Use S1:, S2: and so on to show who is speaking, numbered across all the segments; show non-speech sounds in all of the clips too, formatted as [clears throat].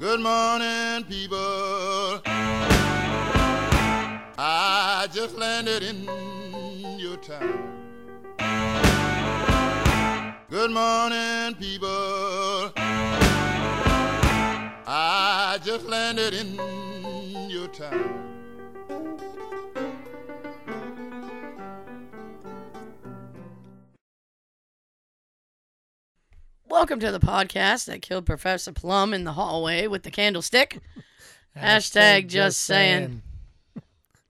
S1: Good morning, people. I just landed in your town. Good morning, people. I just landed in your town.
S2: Welcome to the podcast that killed Professor Plum in the hallway with the candlestick. Hashtag just saying. [laughs]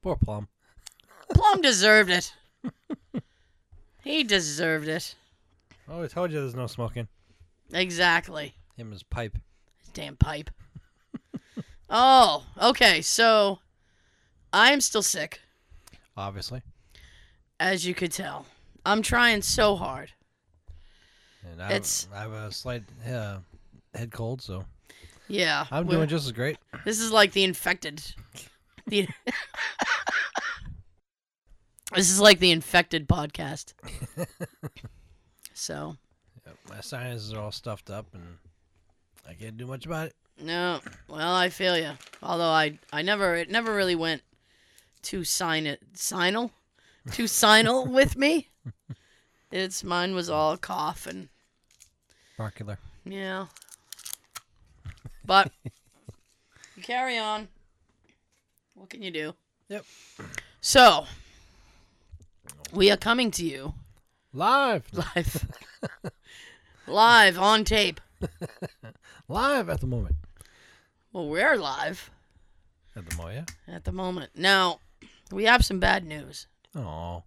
S3: Poor Plum.
S2: Plum deserved it. He deserved it.
S3: Oh, I told you there's no smoking.
S2: Exactly.
S3: Him and his pipe.
S2: Damn pipe. Oh, okay. So I'm still sick,
S3: Obviously.
S2: as you could tell. I'm trying so hard.
S3: And I,
S2: It's-
S3: I have a slight uh, head cold, so
S2: Yeah.
S3: I'm
S2: we're-
S3: doing just as great.
S2: This is like the infected. The, [laughs] this is like the infected
S3: [laughs]
S2: podcast. so,
S3: My sinuses are all stuffed up, and I can't do much about it.
S2: no. Well, I feel you. Although I, I never, it never really went too sign it, signal, too signal with me. It's mine was all cough and
S3: Barcular.
S2: yeah. But you carry on. What can you do?
S3: Yep.
S2: So, we are coming to you
S3: Live.
S2: live, live on tape.
S3: Live at the moment.
S2: Well, we're live
S3: At the Moya.
S2: at the moment. Now, we have some bad news.
S3: Oh.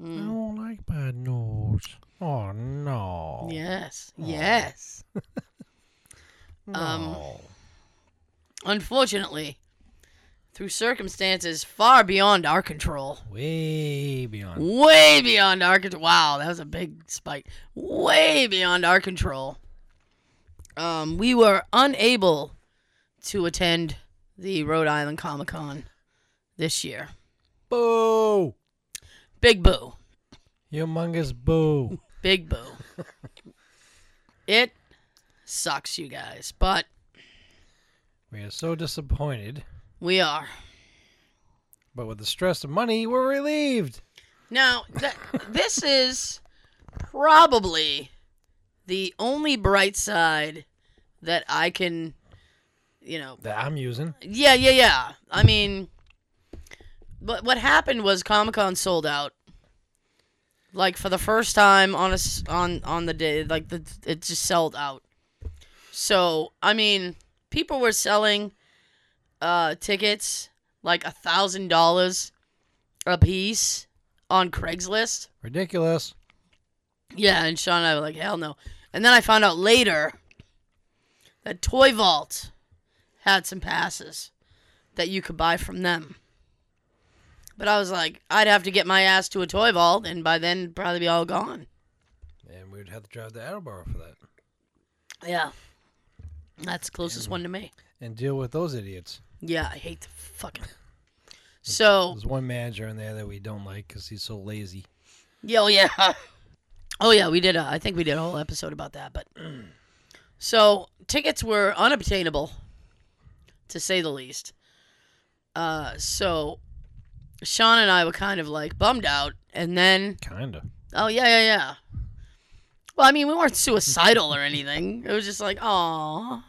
S2: Hmm.
S3: I don't like bad news. Oh, no.
S2: Yes, yes. um,
S3: Oh.
S2: unfortunately, through circumstances far beyond our control,
S3: Way beyond.
S2: way beyond our control. Wow, that was a big spike. Way beyond our control. Um, we were unable to attend the Rhode Island Comic Con this year.
S3: Boo!
S2: Big boo.
S3: Humongous boo.
S2: Big boo. it sucks, you guys, but
S3: we are so disappointed.
S2: we are.
S3: But with the stress of money, we're relieved.
S2: Now, th- this is probably the only bright side that I can, you know,
S3: That I'm using.
S2: Yeah, yeah, yeah. I mean, but what happened was Comic Con sold out. Like for the first time on a s on on the day, like the it just sold out. So I mean, people were selling uh tickets like a thousand dollars a piece on Craigslist.
S3: Ridiculous.
S2: Yeah, and Sean and I were like, hell no. And then I found out later that Toy Vault had some passes that you could buy from them. But I was like, I'd have to get my ass to a Toy Vault, and by then it'd probably be all gone.
S3: And we'd have to drive to Attleboro for that.
S2: Yeah. That's the closest one to me.
S3: And deal with those idiots.
S2: Yeah, I hate the fucking. So,
S3: There's one manager in there that we don't like because he's so lazy.
S2: Yeah, oh yeah. [laughs] Oh yeah, we did. A, I think we did a whole episode about that. But [clears throat] so tickets were unobtainable, to say the least. Uh, so Sean and I were kind of like bummed out, and then
S3: Kinda.
S2: oh yeah, yeah, yeah. Well, I mean, we weren't suicidal or anything. It was just like, oh,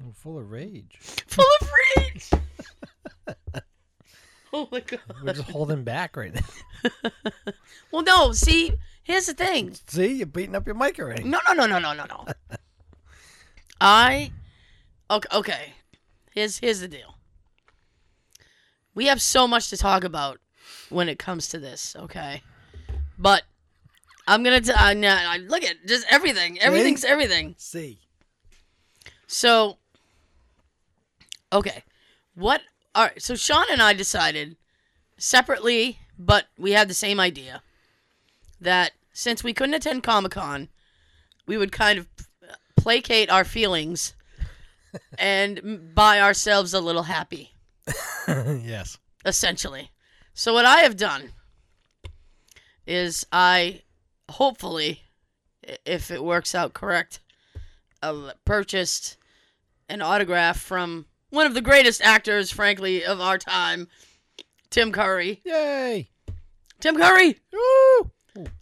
S3: I'm full of rage.
S2: [laughs] full of rage. [laughs] oh my god.
S3: We're just holding back right now. [laughs]
S2: Well, no. See, here's the thing.
S3: See, you're beating up your mic already.
S2: No, no, no, no, no, no, no. I okay, okay. Here's here's the deal. We have so much to talk about when it comes to this, okay? But I'm gonna t- I, nah, I, look at just everything. Everything's everything.
S3: See. [laughs]
S2: So, okay, what? All right. So Sean and I decided separately, but we had the same idea that since we couldn't attend Comic Con, we would kind of placate our feelings and m- buy ourselves a little happy,
S3: yes.
S2: essentially. So what I have done is I, hopefully, i- if it works out correct, uh, purchased an autograph from one of the greatest actors, frankly, of our time, Tim Curry.
S3: Yay!
S2: Tim Curry.
S3: Woo!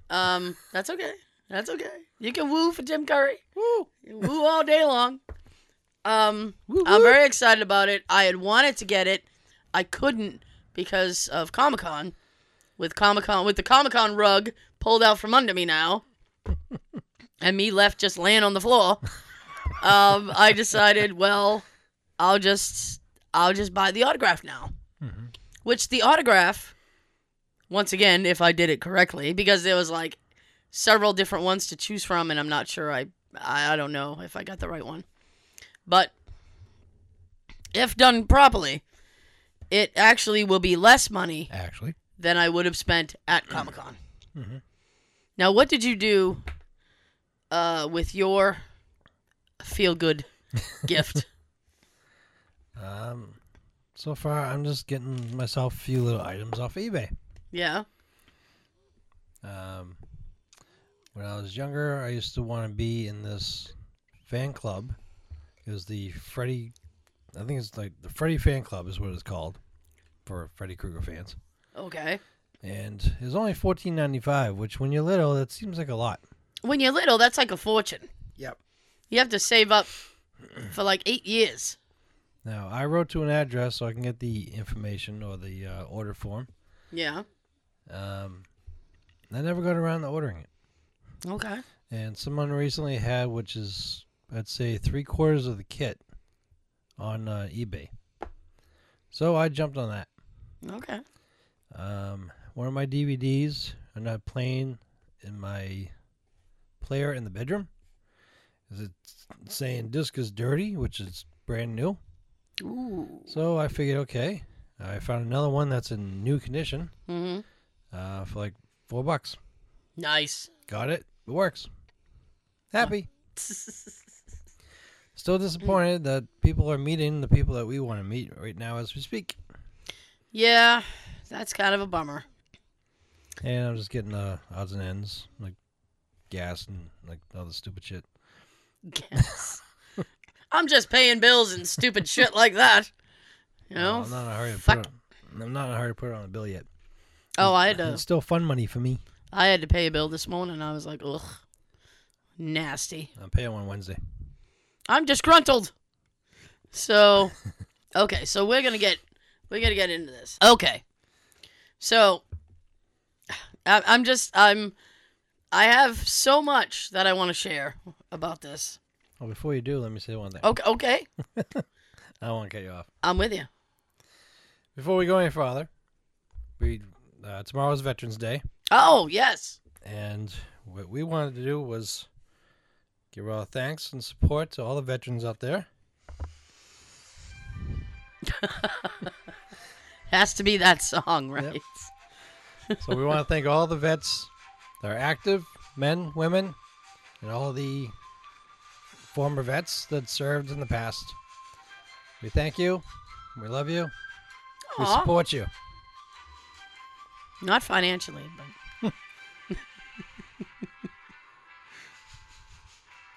S2: Um, that's okay. That's okay. You can woo for Tim Curry.
S3: Woo!
S2: Woo all day long. Um,
S3: Woo,
S2: I'm
S3: woo.
S2: very excited about it. I had wanted to get it, I couldn't because of Comic Con. With Comic Con, with the Comic Con rug pulled out from under me now, and me left just laying on the floor. Um, I decided, well, I'll just, I'll just buy the autograph now.
S3: Mhm.
S2: Which the autograph, once again, if I did it correctly, because there was like several different ones to choose from, and I'm not sure I, I, I don't know if I got the right one, but if done properly, it actually will be less money
S3: Actually,
S2: than I would have spent at Comic Con.
S3: Mhm.
S2: Now, what did you do uh, with your feel good gift?
S3: um, so far I'm just getting myself a few little items off eBay.
S2: Yeah.
S3: Um, when I was younger, I used to want to be in this fan club. It was the Freddy, I think it's like the Freddy Fan Club is what it's called for Freddy Krueger fans.
S2: Okay.
S3: And it was only fourteen ninety five, which when you're little, that seems like a lot.
S2: When you're little, that's like a fortune.
S3: Yep.
S2: You have to save up for like eight years.
S3: Now I wrote to an address so I can get the information or the uh, order form.
S2: Yeah.
S3: Um, I never got around to ordering it.
S2: Okay.
S3: And someone recently had, which is, I'd say, three quarters of the kit on uh, eBay. So I jumped on that.
S2: Okay.
S3: Um, one of my DVDs are not playing in my player in the bedroom. 'cause It's saying disc is dirty, which is brand new.
S2: Ooh.
S3: So I figured, okay, I found another one that's in new condition
S2: hmm
S3: uh, for like four bucks.
S2: [laughs] Nice.
S3: Got it. It works. Happy. Still disappointed that people are meeting the people that we want to meet right now as we speak.
S2: yeah, that's kind of a bummer.
S3: And I'm just getting uh, odds and ends, like gas and like all the stupid shit.
S2: Guess. [laughs] I'm just paying bills and stupid shit like that. You know?
S3: I'm not in a hurry to
S2: fuck.
S3: put it. I'm not in a hurry to put it on the bill yet.
S2: Oh, I had to.
S3: [laughs] It's still fun money for me.
S2: I had to pay a bill this morning. I was like, ugh, nasty.
S3: I'm paying one Wednesday.
S2: I'm disgruntled. So, okay, so we're gonna get we're gonna get into this. Okay, so I, I'm just I'm I have so much that I want to share about this.
S3: Well, before you do, let me say one thing.
S2: Okay, okay,
S3: I won't cut you off.
S2: I'm with you.
S3: Before we go any farther, we uh, tomorrow's Veterans Day.
S2: Oh yes,
S3: And what we wanted to do was give our thanks and support to all the veterans out there.
S2: has to be that song, right?
S3: So we want to thank all the vets that are active, men, women, and all the former vets that served in the past. We thank you. We love you. We
S2: Aw,
S3: support you.
S2: Not financially, but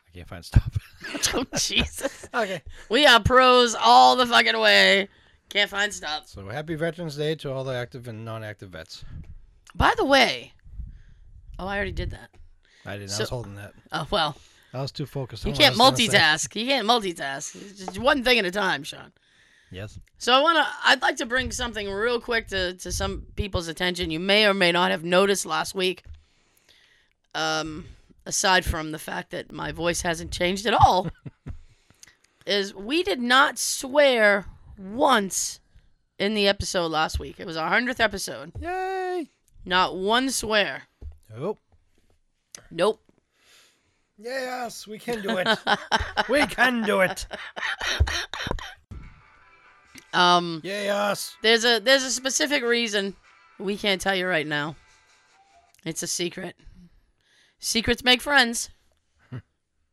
S3: I can't find stop.
S2: [laughs] oh Jesus,
S3: okay.
S2: we are pros all the fucking way. Can't find stops.
S3: So happy Veterans Day to all the active and non-active vets.
S2: By the way, oh, I already did that.
S3: I didn't. I
S2: So-
S3: was holding that.
S2: Oh well,
S3: I was too focused. on
S2: you
S3: what
S2: can't
S3: I was gonna say.
S2: multitask. You can't multitask. It's just one thing at a time, Sean.
S3: Yes.
S2: So I wanna, I'd like to bring something real quick to to some people's attention. You may or may not have noticed last week. Um, aside from the fact that my voice hasn't changed at all, is we did not swear once in the episode last week. It was our hundredth episode.
S3: Yay.
S2: Not one swear.
S3: Oh.
S2: Nope.
S3: Yes, we can
S2: [laughs]
S3: do it. we can do it.
S2: Um.
S3: Yes.
S2: There's a there's a specific reason we can't tell you right now. It's a secret. Secrets make friends.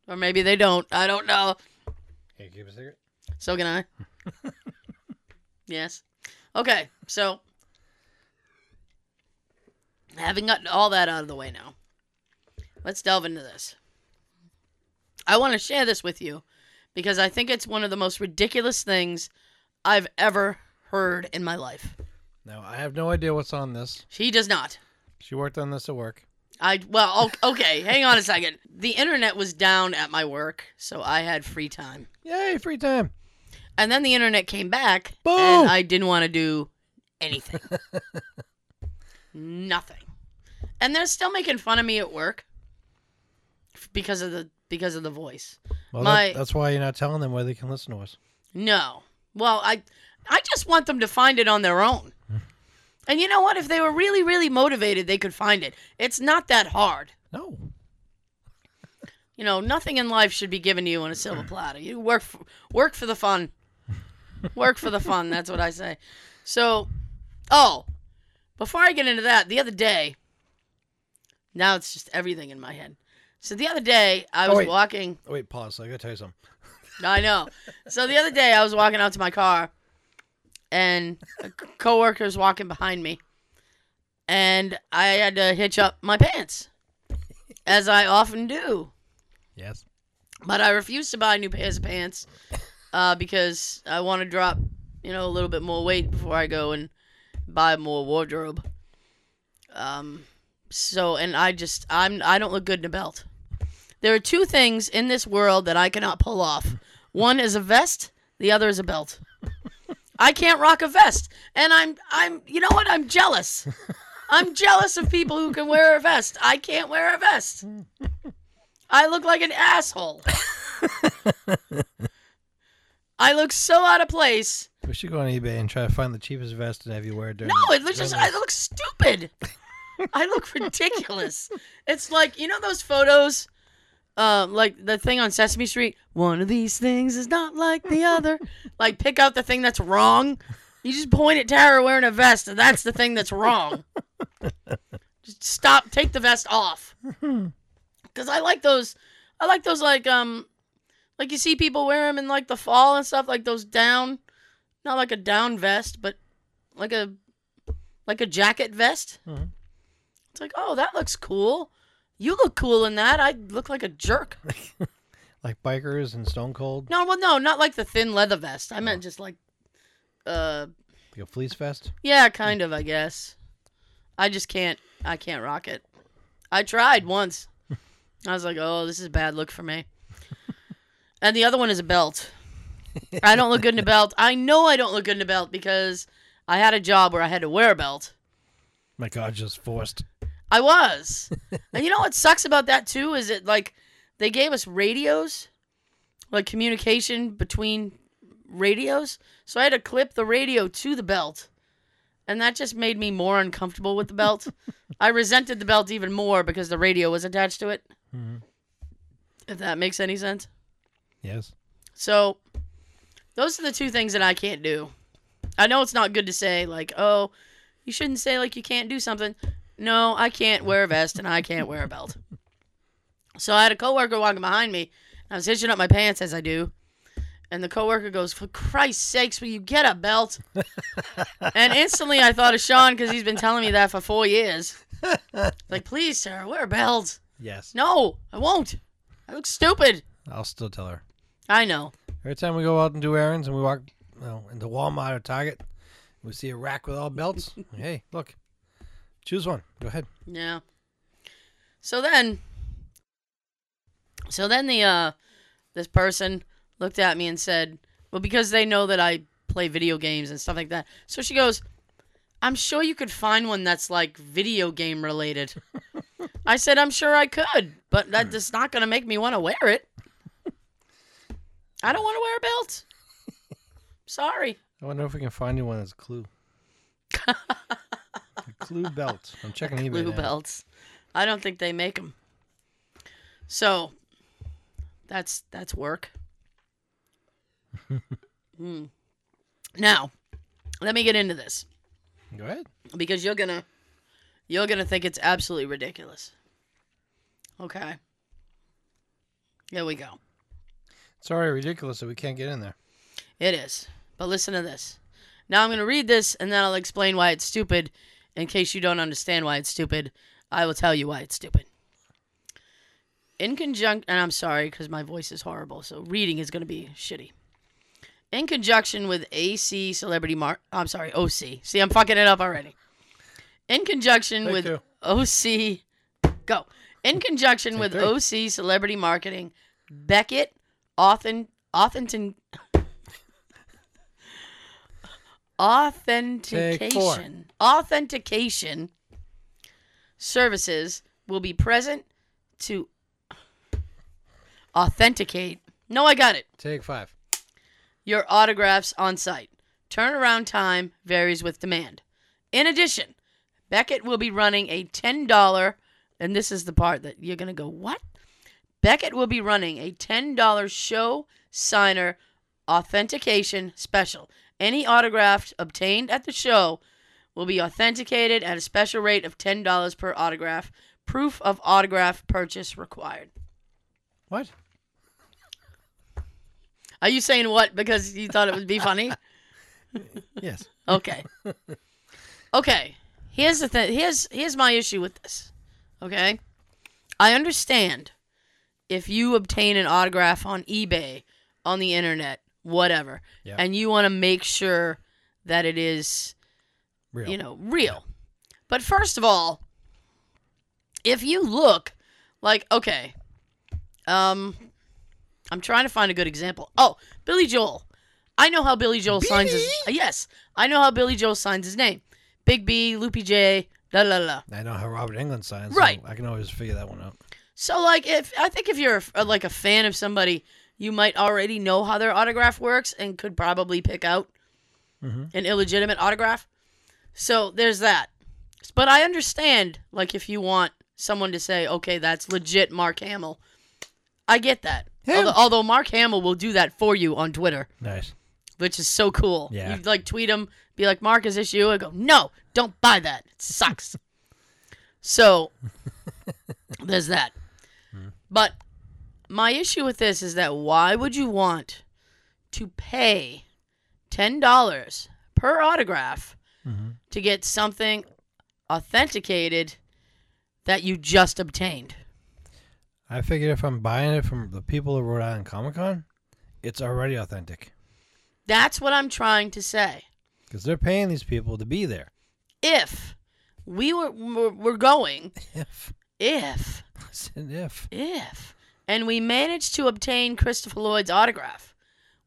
S2: or maybe they don't. I don't know.
S3: Can you keep a secret?
S2: So can I. yes. Okay, so having gotten all that out of the way now, let's delve into this. I want to share this with you because I think it's one of the most ridiculous things I've ever heard in my life.
S3: Now I have no idea what's on this.
S2: She does not.
S3: She worked on this at work.
S2: I well, o- okay, hang on a second. The internet was down at my work, so I had free time.
S3: Yay, free time.
S2: And then the internet came back,
S3: Boom!
S2: and I didn't want to do anything. Nothing. And they're still making fun of me at work f- because of the because of the voice.
S3: Well,
S2: My-
S3: that, that's why you're not telling them where they can listen to us.
S2: No. Well, I I just want them to find it on their own. And you know what? If they were really really motivated, they could find it. It's not that hard.
S3: No.
S2: You know, nothing in life should be given to you on a
S3: [clears throat]
S2: silver platter. You work for, work for the fun. work for the fun, that's what I say. So, oh, before I get into that, the other day now it's just everything in my head. So the other day I
S3: Oh,
S2: was
S3: wait.
S2: walking
S3: Oh, wait, pause. I gotta tell you something.
S2: I know. So the other day, I was walking out to my car, and a coworker was walking behind me, and I had to hitch up my pants, as I often do.
S3: Yes.
S2: But I refused to buy new pairs of pants uh, because I want to drop, you know, a little bit more weight before I go and buy more wardrobe. Um, so and I just I'm I don't look good in a belt. There are two things in this world that I cannot pull off. One is a vest, the other is a belt. I can't rock a vest, and I'm I'm you know what I'm jealous. I'm jealous of people who can wear a vest. I can't wear a vest. I look like an asshole. I look so out of place.
S3: We should go on eBay and try to find the cheapest vest and have you wear it during.
S2: No,
S3: the-
S2: it looks
S3: during
S2: just
S3: the-
S2: I look stupid. I look ridiculous. It's like you know those photos, uh, like the thing on Sesame Street. One of these things is not like the other. Like pick out the thing that's wrong. You just point at Tara wearing a vest, and that's the thing that's wrong. just stop. Take the vest off. Cause I like those. I like those like um, like you see people wear them in like the fall and stuff. Like those down, not like a down vest, but like a like a jacket vest.
S3: Mhm.
S2: It's like, oh, that looks cool. You look cool in that. I look like a jerk.
S3: like bikers and Stone Cold,
S2: No, well, no, not like the thin leather vest. I meant just like, uh,
S3: like a fleece vest.
S2: yeah, kind of, I guess. I just can't. I can't rock it. I tried once. I was like, oh, this is a bad look for me. [laughs] And the other one is a belt. I don't look good in a belt. I know I don't look good in a belt because I had a job where I had to wear a belt.
S3: My God, just forced.
S2: I was. and you know what sucks about that too is it like they gave us radios, like communication between radios. So I had to clip the radio to the belt. And that just made me more uncomfortable with the belt. I resented the belt even more because the radio was attached to it.
S3: Mhm.
S2: If that makes any sense.
S3: Yes.
S2: So those are the two things that I can't do. I know it's not good to say like, oh, you shouldn't say like you can't do something. No, I can't wear a vest and I can't wear a belt. So I had a coworker walking behind me. and I was hitching up my pants as I do. And the coworker goes, For Christ's sakes, will you get a belt? and instantly I thought of Sean because he's been telling me that for four years. Like, please, sir, wear a belt.
S3: Yes.
S2: No, I won't. I look stupid.
S3: I'll still tell her.
S2: I know.
S3: Every time we go out and do errands and we walk well, into Walmart or Target, we see a rack with all belts.
S2: [laughs]
S3: hey, look, choose one. Go ahead.
S2: Yeah. So then So then the uh this person looked at me and said, "Well, because they know that I play video games and stuff like that." So she goes, "I'm sure you could find one that's like video game related." I said, "I'm sure I could, but that that's not going to make me want to wear it." I don't want to wear a belt. Sorry.
S3: I wonder if we can find you one
S2: [laughs]
S3: that's Clue. a Clue belt. I'm checking eBay.
S2: blue
S3: now.
S2: belts. I don't think they make them. So that's that's work. Hmm. Now, let me get into this
S3: Go ahead.
S2: because you're gonna you're gonna think it's absolutely ridiculous. Okay. Here we go.
S3: It's already ridiculous that we can't get in there.
S2: It is. But listen to this. Now I'm going to read this and then I'll explain why it's stupid. In case you don't understand why it's stupid, I will tell you why it's stupid. in conjunction, and I'm sorry because my voice is horrible, so reading is going to be shitty. In conjunction with AC Celebrity Mar, I'm sorry, OC. See, I'm fucking it up already. In conjunction
S3: Take
S2: with
S3: two.
S2: OC, go. In conjunction with
S3: three.
S2: OC Celebrity Marketing, Beckett, Authen, Authenton, authentication, authentication services will be present to authenticate. No, I got it.
S3: Take five.
S2: Your autographs on site. Turnaround time varies with demand. In addition, Beckett will be running a $10, and this is the part that you're going to go, what? Beckett will be running a $10 show signer authentication special. Any autograph obtained at the show will be authenticated at a special rate of $10 per autograph. Proof of autograph purchase required.
S3: What?
S2: Are you saying what because you thought it would be funny? [laughs]
S3: Yes.
S2: Okay. okay. Here's the thing. Here's here's my issue with this. Okay. I understand if you obtain an autograph on eBay, on the internet, whatever,
S3: Yeah.
S2: and you want to make sure that it is,
S3: Real.
S2: you know, real. But first of all, if you look like okay, um I'm trying to find a good example. Oh, Billy Joel. I know how Billy Joel signs his Yes, I know how Billy Joel signs his name. Big B, Loopy J, la la la.
S3: I know how Robert England signs. so
S2: Right.
S3: I can always figure that one out.
S2: So like if I think if you're a, like a fan of somebody, you might already know how their autograph works and could probably pick out an illegitimate autograph. So there's that. But I understand like if you want someone to say, "Okay, that's legit Mark Hamill." I get that.
S3: Him.
S2: Although, although Mark Hamill will do that for you on Twitter,
S3: Nice.
S2: which is so cool.
S3: Yeah.
S2: You like tweet him, be like, "Mark, is this you?" I go, "No, don't buy that. It sucks." so there's that. But my issue with this is that why would you want to pay ten dollars per autograph to get something authenticated that you just obtained?
S3: I figured if I'm buying it from the people of Rhode Island Comic Con, it's already authentic
S2: That's what I'm trying to say.
S3: because they're paying these people to be there. [laughs]
S2: If we were were, were going,
S3: If.
S2: if
S3: I said if.
S2: If. And we managed to obtain Christopher Lloyd's autograph.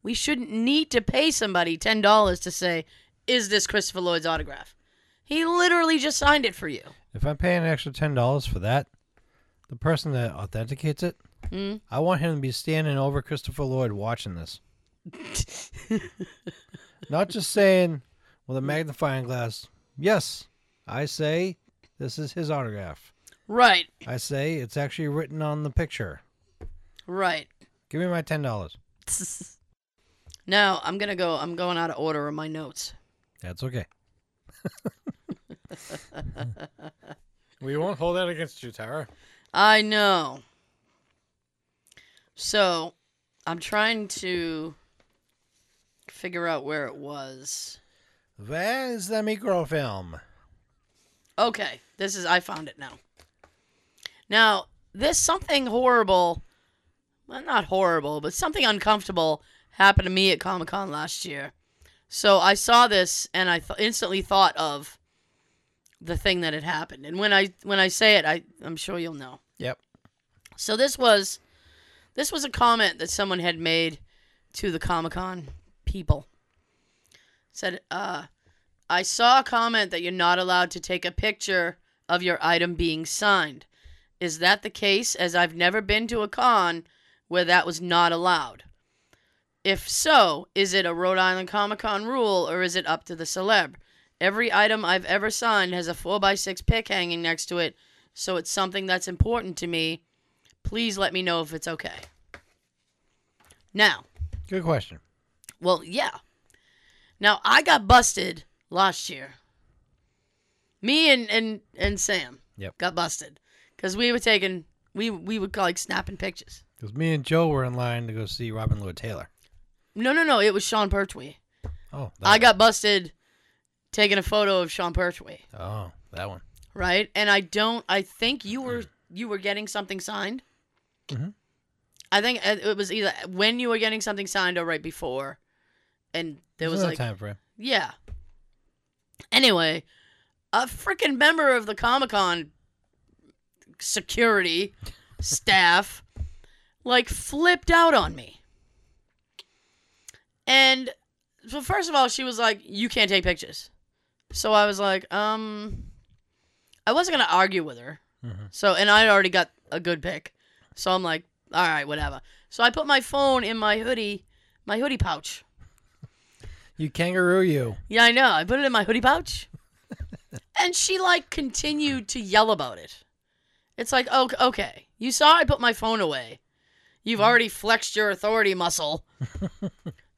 S2: We shouldn't need to pay somebody $10 to say, Is this Christopher Lloyd's autograph? He literally just signed it for you.
S3: If I'm paying an extra ten dollars for that, the person that authenticates it,
S2: Mm.
S3: I want him to be standing over Christopher Lloyd watching this. Not just saying with a magnifying glass, yes, I say this is his autograph.
S2: Right,
S3: I say it's actually written on the picture.
S2: right.
S3: Give me my ten dollars.
S2: now, I'm going to go, I'm going out of order of my notes.
S3: That's okay. we won't hold that against you, Tara.
S2: I know. So, I'm trying to figure out where it was.
S3: Where is the microfilm?
S2: Okay, this is I found it now. Now, this something horrible, well, not horrible, but something uncomfortable happened to me at Comic Con last year. So I saw this and I th- instantly thought of the thing that had happened. And when I when I say it, I I'm sure you'll know.
S3: Yep.
S2: So this was this was a comment that someone had made to the Comic Con people. Said, uh, I saw a comment that you're not allowed to take a picture of your item being signed. Is that the case? As I've never been to a con where that was not allowed. If so, is it a Rhode Island Comic Con rule or is it up to the celeb? Every item I've ever signed has a 4x6 pick hanging next to it, so it's something that's important to me. Please let me know if it's okay. Now,
S3: Good question.
S2: well, yeah. Now I got busted last year. Me and and and Sam
S3: Yep.
S2: got busted because we were taking we we would like snapping pictures.
S3: Because me and Joe were in line to go see Robin Lloyd Taylor.
S2: No, no, no. It was Sean Pertwee.
S3: Oh, that
S2: I got busted taking a photo of Sean Pertwee,
S3: Oh, that one.
S2: right? And I don't. I think you were you were getting something signed.
S3: Mhm.
S2: I think it it was either when you were getting something signed or right before, and there was
S3: There's no
S2: like
S3: time frame.
S2: yeah. Anyway, a freaking member of the Comic Con security staff like flipped out on me. And so first of all, she was like, "You can't take pictures." So I was like, "Um, I wasn't gonna argue with her."
S3: Mhm.
S2: So and I already got a good pick, so I'm like, "All right, whatever." So I put my phone in my hoodie, my hoodie pouch.
S3: You kangaroo, you.
S2: Yeah, I know. I put it in my hoodie pouch. and she like continued to yell about it. It's like, okay, okay. You saw I put my phone away. You've already flexed your authority muscle.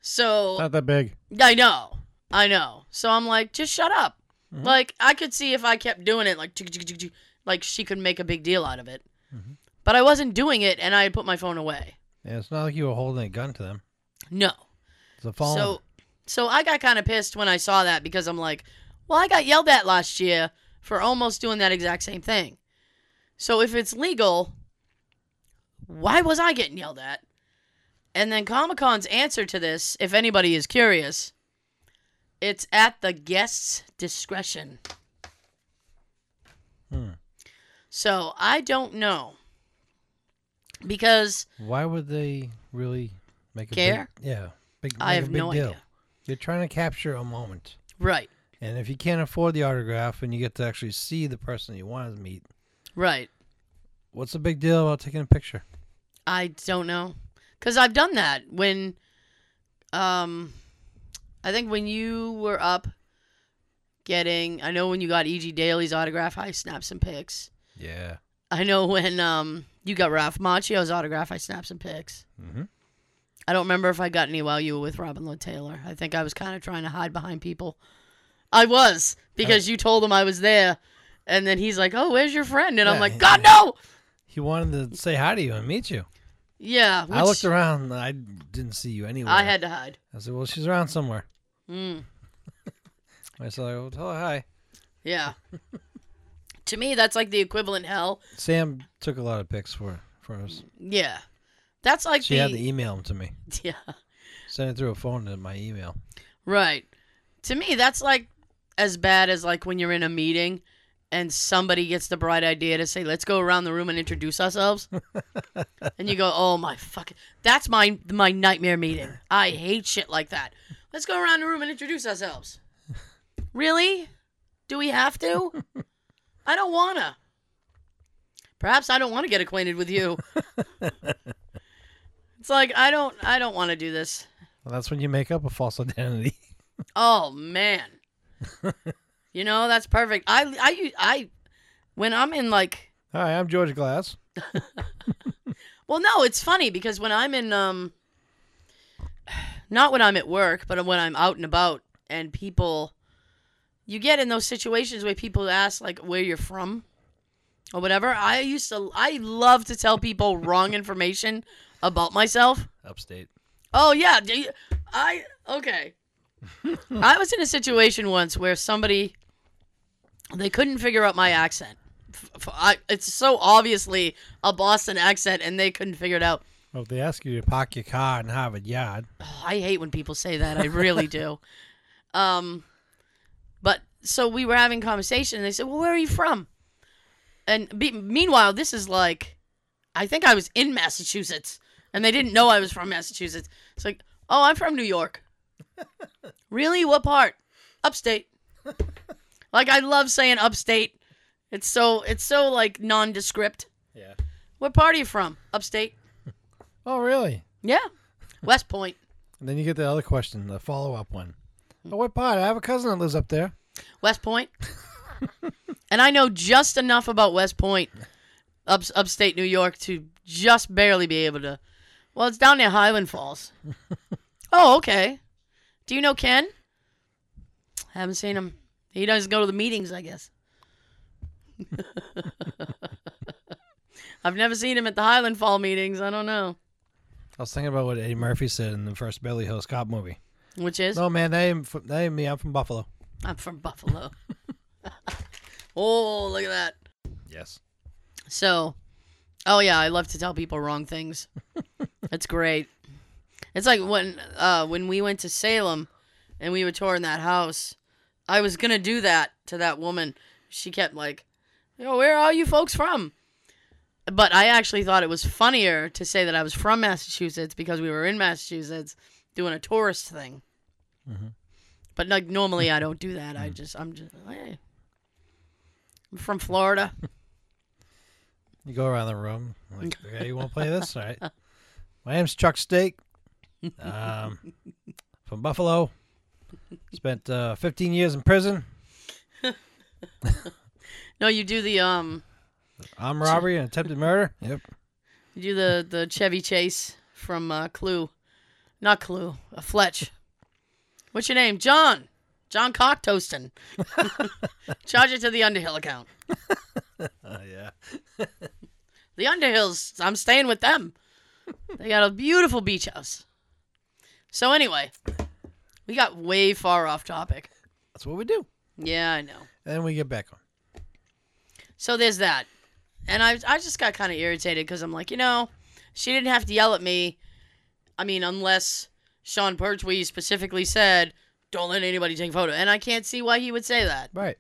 S2: so
S3: Not that big.
S2: I know. I know. So I'm like, just shut up. Like I could see if I kept doing it like tick, tick, tick, tick, like she could make a big deal out of it. But I wasn't doing it and I had put my phone away.
S3: Yeah, it's not like you were holding a gun to them.
S2: No.
S3: It's a phone.
S2: So, so I got kind of pissed when I saw that because I'm like, well, I got yelled at last year for almost doing that exact same thing. So if it's legal, why was I getting yelled at? And then Comic Con's answer to this, if anybody is curious, it's at the guest's discretion.
S3: Hmm.
S2: So I don't know. Because
S3: Why would they really make a
S2: Care?
S3: Big, yeah, big.
S2: I
S3: make
S2: have
S3: a big
S2: no
S3: deal.
S2: idea.
S3: You're trying to capture a moment,
S2: right,
S3: and if you can't afford the autograph and you get to actually see the person you want to meet,
S2: right.
S3: what's the big deal about taking a picture?
S2: I don't know, cause I've done that when, um, I think when you were up getting, I know when you got E.G. Daly's autograph, I snapped some pics.
S3: Yeah.
S2: I know when um you got Ralph Macchio's autograph, I snapped some pics.
S3: Mhm.
S2: I don't remember if I got any while you were with Robin Lloyd Taylor. I think I was kind of trying to hide behind people. I was because you told him I was there, and then he's like, "Oh, where's your friend?" And I'm
S3: Yeah,
S2: like,
S3: yeah.
S2: "God no!"
S3: He wanted to say hi to you and meet you.
S2: Yeah,
S3: I
S2: which
S3: looked around. and I didn't see you anywhere.
S2: I had to hide.
S3: I said, "Well, she's around somewhere."
S2: Mm.
S3: I said, "Well, tell her hi." [laughs]
S2: Yeah. to me, that's like the equivalent hell.
S3: Sam took a lot of pics for for us.
S2: Yeah. That's like
S3: She
S2: the [laughs]
S3: had e- to email them to me.
S2: yeah
S3: Sent it through a phone to my email.
S2: right. To me, that's like as bad as like when you're in a meeting and somebody gets the bright idea to say, "Let's go around the room and introduce ourselves," and you go, "Oh my fucking, that's my my nightmare meeting. I hate shit like that. Let's go around the room and introduce ourselves." Really? Do we have to? I don't wanna. Perhaps I don't want to get acquainted with you. it's like I don't I don't want to do this.
S3: Well, that's when you make up a false [laughs] identity.
S2: Oh man. you know, that's perfect. I I u- I when I'm in like
S3: Hi, I'm George Glass.
S2: well no, it's funny because when I'm in um not when I'm at work, but when I'm out and about and people you get in those situations where people ask like where you're from or whatever. I used to I love to tell people wrong information about myself.
S3: Upstate.
S2: Oh yeah, do you- I okay. I was in a situation once where somebody they couldn't figure out my accent. F- f- I- it's so obviously a Boston accent, and they couldn't figure it out.
S3: Well, if they ask you to park your car in Harvard Yard,
S2: Oh, I hate when people say that. I really do. Um, but so we were having conversation, and they said, "Well, where are you from?" And be- meanwhile, this is like, I think I was in Massachusetts, and they didn't know I was from Massachusetts. It's like, "Oh, I'm from New York." really? What part? Upstate. like I love saying upstate. It's so it's so like nondescript.
S3: yeah.
S2: What part are you from? Upstate.
S3: Oh, really?
S2: Yeah. West Point.
S3: And then you get the other question, the follow-up one. Oh, what part? I have a cousin that lives up there.
S2: West Point. [laughs] and I know just enough about West Point, up, upstate New York, to just barely be able to. Well, it's down near Highland Falls. oh, okay. Do you know Ken? Haven't seen him. He doesn't go to the meetings, I guess. [laughs] I've never seen him at the Highland Fall meetings. I don't know.
S3: I was thinking about what Eddie Murphy said in the first Beverly Hills Cop movie.
S2: Which is?
S3: No, man, that ain't, fr- that ain't me. I'm from Buffalo.
S2: I'm from Buffalo. [laughs] oh, look at that.
S3: Yes.
S2: So, Oh yeah, I love to tell people wrong things. That's great. It's like when uh, when we went to Salem, and we were touring that house. I was gonna do that to that woman. She kept like, "Yo, where are you folks from?" But I actually thought it was funnier to say that I was from Massachusetts because we were in Massachusetts doing a tourist thing. But like normally I don't do that. I just I'm just hey. I'm from Florida.
S3: You go around the room.
S2: [laughs]
S3: Like, okay, you won't play this? All right. My name's Chuck Steak.
S2: [laughs]
S3: Um, from Buffalo. Spent uh, 15 years in prison.
S2: No, you do the um
S3: Armed robbery and attempted murder. [laughs] Yep.
S2: you do the the Chevy Chase from uh, Clue. Not Clue, uh, Fletch. What's your name? John. John Cocktoastin. [laughs] Charge it to the Underhill account.
S3: Oh, yeah.
S2: The Underhills, I'm staying with them. They got a beautiful beach house. So anyway, we got way far off topic.
S3: That's what we do.
S2: Yeah, I know.
S3: And we get back on.
S2: So there's that. And I, I just got kind of irritated because I'm like, you know, she didn't have to yell at me. I mean, unless Sean Pertwee specifically said, don't let anybody take photo. And I can't see why he would say that
S3: Right.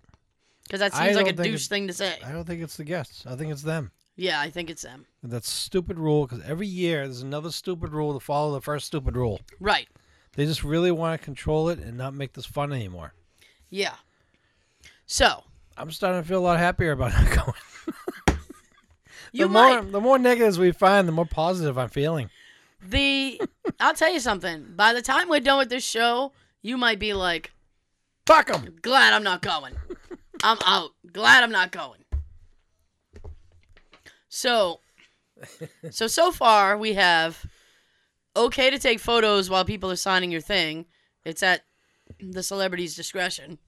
S2: because that
S3: I
S2: seems like a
S3: don't think
S2: douche
S3: it-
S2: thing to say.
S3: I don't think it's the guests. I think it's them.
S2: Yeah, I think it's them.
S3: That stupid rule, because every year there's another stupid rule to follow the first stupid rule.
S2: Right.
S3: They just really want to control it and not make this fun anymore.
S2: Yeah. So
S3: I'm starting to feel a lot happier about [laughs] not going.
S2: you
S3: the
S2: might.
S3: more the more negatives we find, the more positive I'm feeling.
S2: The I'll tell you something. By the time we're done with this show, you might be like,
S3: Fuck them.
S2: glad I'm not going. I'm out. Glad I'm not going. So, so so far we have okay to take photos while people are signing your thing. It's at the celebrity's discretion.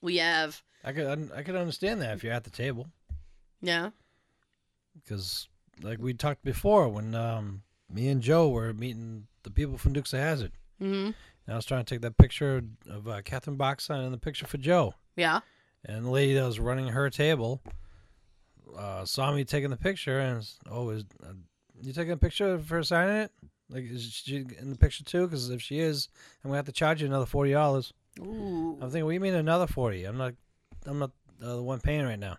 S2: We have
S3: I could I could understand that if you're at the table
S2: yeah.
S3: because like we talked before when um, me and Joe were meeting the people from Dukes of Hazard.
S2: Mm-hmm.
S3: And I was trying to take that picture of uh, Catherine Boxon and the picture for Joe.
S2: Yeah.
S3: And the lady that was running her table uh, saw me taking the picture and was, oh, is uh, you taking a picture of her signing it? Like is she in the picture too? Because if she is, I'm gonna have to charge you another forty dollars.
S2: Ooh.
S3: I'm thinking, what do you mean another forty? I'm not, I'm not uh, the one paying right now.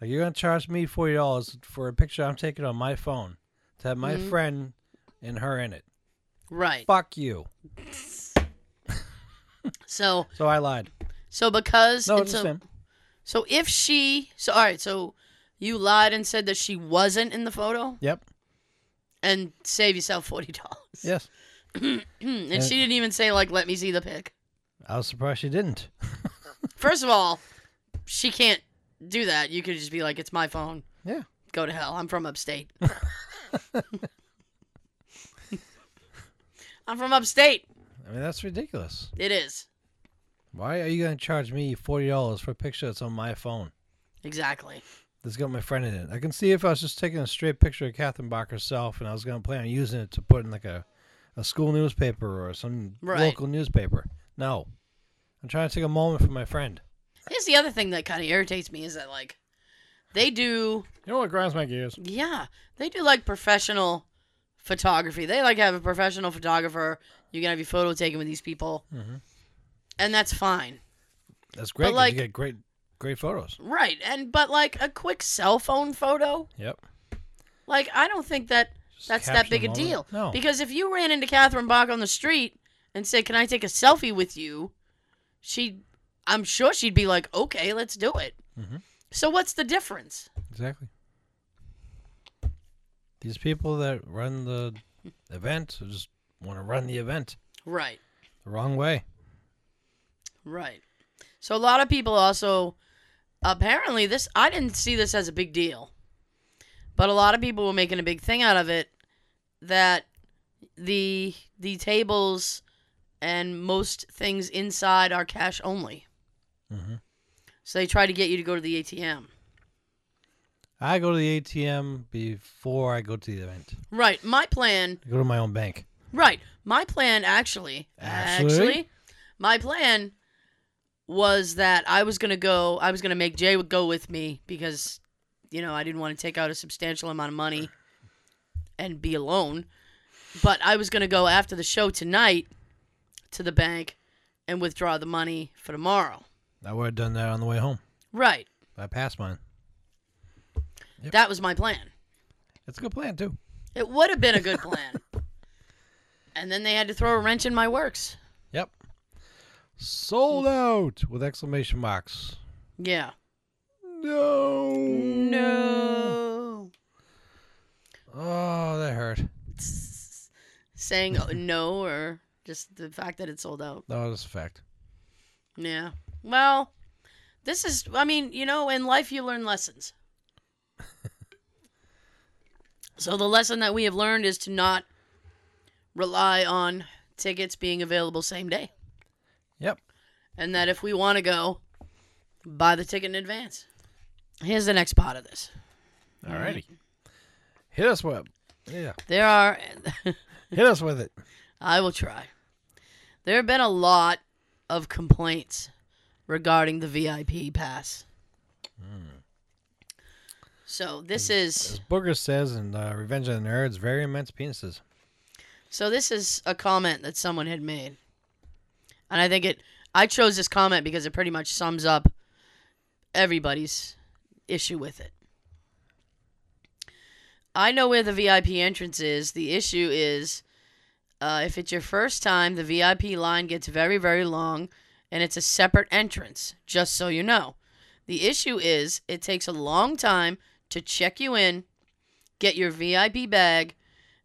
S3: Like you're gonna charge me forty dollars for a picture I'm taking on my phone to have
S2: Mm-hmm.
S3: my friend and her in it.
S2: Right.
S3: Fuck you.
S2: So
S3: So I lied.
S2: so because
S3: No,
S2: it's
S3: just
S2: a,
S3: him.
S2: so if she so all right so you lied and said that she wasn't in the photo
S3: Yep.
S2: and save yourself forty dollars.
S3: Yes.
S2: Hmm, and she didn't even say like let me see the pic
S3: I was surprised she didn't.
S2: first of all she can't do that you could just be like it's my phone
S3: Yeah.
S2: go to hell i'm from upstate i'm from upstate
S3: I mean that's ridiculous.
S2: it is
S3: Why are you gonna charge me forty dollars for a picture that's on my phone?
S2: exactly
S3: That's got my friend in it. I can see if I was just taking a straight picture of Catherine Bach herself and I was gonna plan on using it to put in like a, a school newspaper or some
S2: Right.
S3: local newspaper. No. I'm trying to take a moment for my friend.
S2: here's the other thing that kind of irritates me is that like they do
S3: You know what grinds my gears?
S2: yeah they do like professional photography they like have a professional photographer you can have your photo taken with these people and that's fine
S3: That's great 'cause
S2: like-
S3: you get great great photos.
S2: Right. And but like a quick cell phone photo,
S3: Yep.
S2: like I don't think that that's that
S3: capture
S2: big
S3: the
S2: a
S3: moment.
S2: deal.
S3: No.
S2: Because if you ran into Catherine Bach on the street and said, "Can I take a selfie with you?" She, I'm sure she'd be like, "Okay, let's do it."
S3: Mhm.
S2: So what's the difference?
S3: Exactly. These people that run the event just want to run the event
S2: Right.
S3: the wrong way.
S2: Right. So a lot of people also apparently this I didn't see this as a big deal. But a lot of people were making a big thing out of it that the the tables and most things inside are cash only.
S3: Mhm.
S2: So they try to get you to go to the ATM.
S3: I go to the ATM before I go to the event.
S2: Right. My plan
S3: I go to my own bank.
S2: Right. My plan actually,
S3: Actually?
S2: actually, my plan was that I was gonna go. I was gonna make Jay go with me because you know, I didn't want to take out a substantial amount of money and be alone. But I was going to go after the show tonight to the bank and withdraw the money for tomorrow.
S3: I would have done that on the way home.
S2: Right.
S3: I passed mine.
S2: That was my plan.
S3: It's a good plan too.
S2: It would have been a good plan. and then they had to throw a wrench in my works.
S3: Yep. Sold out with exclamation marks.
S2: Yeah.
S3: No.
S2: No.
S3: Oh, that hurt.
S2: Saying oh, no or just the fact that it sold out.
S3: That was a fact.
S2: Yeah. Well, this is, I mean, you know, in life you learn lessons. so the lesson that we have learned is to not rely on tickets being available same day.
S3: Yep.
S2: And that if we want to go, buy the ticket in advance. Here's the next part of this.
S3: Alrighty. Hit us with. Yeah.
S2: There are, [laughs]
S3: Hit us with it.
S2: I will try. There have been a lot of complaints regarding the VIP pass. So this is
S3: As Booger says in uh, Revenge of the Nerds, very immense penises.
S2: so this is a comment that someone had made. And I think it I chose this comment because it pretty much sums up everybody's issue with it. I know where the VIP entrance is. The issue is uh, if it's your first time, the VIP line gets very, very long and it's a separate entrance, just so you know. The issue is it takes a long time to check you in, get your VIP bag,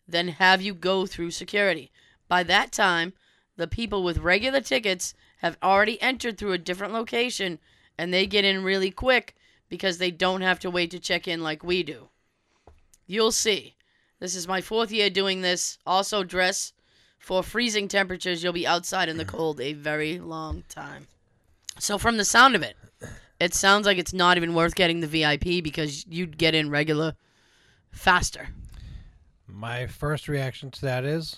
S2: then have you go through security. By that time, the people with regular tickets have already entered through a different location and they get in really quick because they don't have to wait to check in like we do. You'll see. This is my fourth year doing this. Also, dress for freezing temperatures. You'll be outside in the cold a very long time. So, from the sound of it, it sounds like it's not even worth getting the VIP because you'd get in regular faster.
S3: My first reaction to that is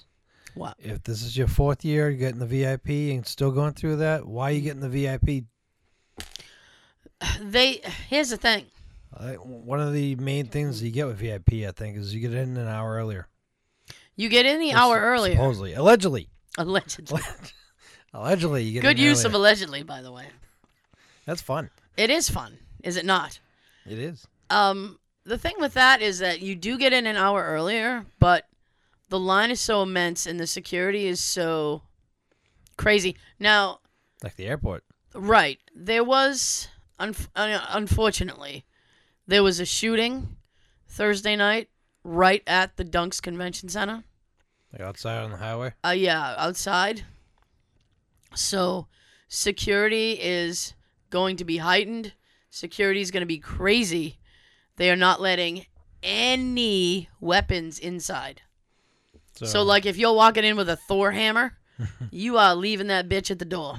S2: What?
S3: if this is your fourth year, you're getting the VIP and still going through that, why are you getting the VIP?
S2: They here's the thing.
S3: I- one of the main things you get with VIP, I think, is you get in an hour earlier.
S2: You get in the hour earlier.
S3: Supposedly. Allegedly. [laughs]
S2: Allegedly.
S3: Allegedly, you get
S2: Good
S3: in
S2: use of
S3: earlier.
S2: allegedly, by the way.
S3: That's fun.
S2: It is fun, is it not?
S3: It is.
S2: Um, the thing with that is that you do get in an hour earlier, but the line is so immense and the security is so crazy. Now,
S3: Like the airport.
S2: right, there was, unf- un- uh, unfortunately, there was a shooting Thursday night right at the Dunks Convention Center.
S3: Like outside on the highway.
S2: Uh, yeah, outside. So security is going to be heightened. Security is going to be crazy. They are not letting any weapons inside.
S3: So,
S2: So, like, if you're walking in with a Thor hammer, you are leaving that bitch at the door.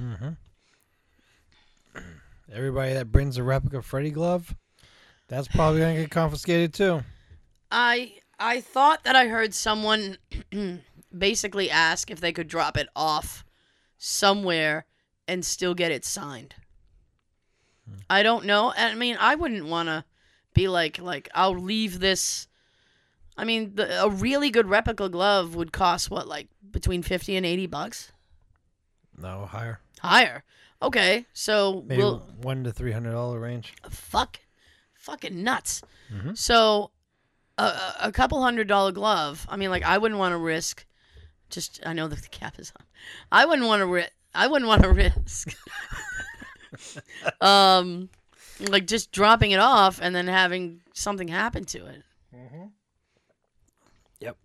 S3: everybody that brings a replica Freddy glove, that's probably gonna get confiscated too.
S2: I I thought that I heard someone [clears throat] basically ask if they could drop it off somewhere and still get it signed. I don't know. I mean, I wouldn't want to be like like I'll leave this. I mean, the, a really good replica glove would cost what like between 50 and 80 bucks?
S3: No higher.
S2: Higher. Okay. So
S3: Maybe
S2: we'll
S3: one to three hundred dollar range.
S2: fuck, fucking nuts. So, a- a, a couple hundred dollar glove. I mean, like I wouldn't want to risk. Just I know that the cap is on. I wouldn't want to risk. I wouldn't want to [laughs] risk. um, like just dropping it off and then having something happen to it.
S3: Yep.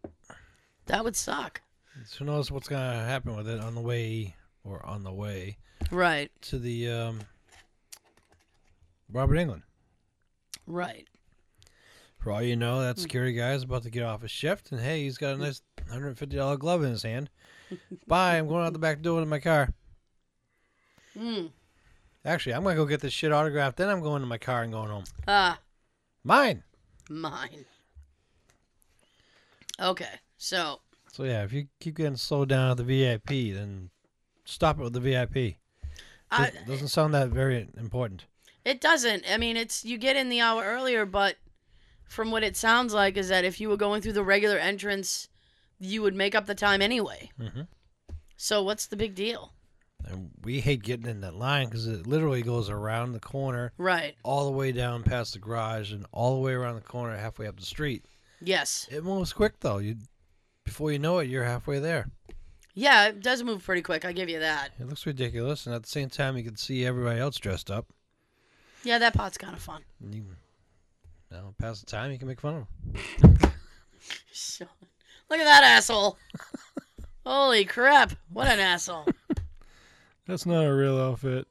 S2: That would suck.
S3: So who knows what's gonna happen with it on the way or on the way
S2: Right.
S3: to the um, Robert England.
S2: Right.
S3: For all you know, that security guy's about to get off his shift, and hey, he's got a nice hundred and fifty dollar glove in his hand. Bye. I'm going out the back door to my car.
S2: Mm.
S3: Actually, I'm gonna go get this shit autographed. Then I'm going to my car and going home.
S2: Ah.
S3: Mine.
S2: Mine. Okay. So.
S3: So yeah, if you keep getting slowed down at the VIP, then stop it with the VIP.
S2: I,
S3: Doesn't sound that very important.
S2: It doesn't. I mean, it's you get in the hour earlier, but from what it sounds like, is that if you were going through the regular entrance, you would make up the time anyway.
S3: Mhm.
S2: So what's the big deal?
S3: And we hate getting in that line because it literally goes around the corner,
S2: Right.
S3: all the way down past the garage, and all the way around the corner, halfway up the street.
S2: Yes.
S3: It moves quick though. You, before you know it, you're halfway there.
S2: Yeah, it does move pretty quick. I give you that.
S3: It looks ridiculous, and at the same time, you can see everybody else dressed up.
S2: Yeah, that pot's kind of fun. [laughs]
S3: And you, now past the time, you can make fun of them.
S2: Sean. Look at that asshole. Holy crap. What an asshole. [laughs]
S4: That's not a real outfit.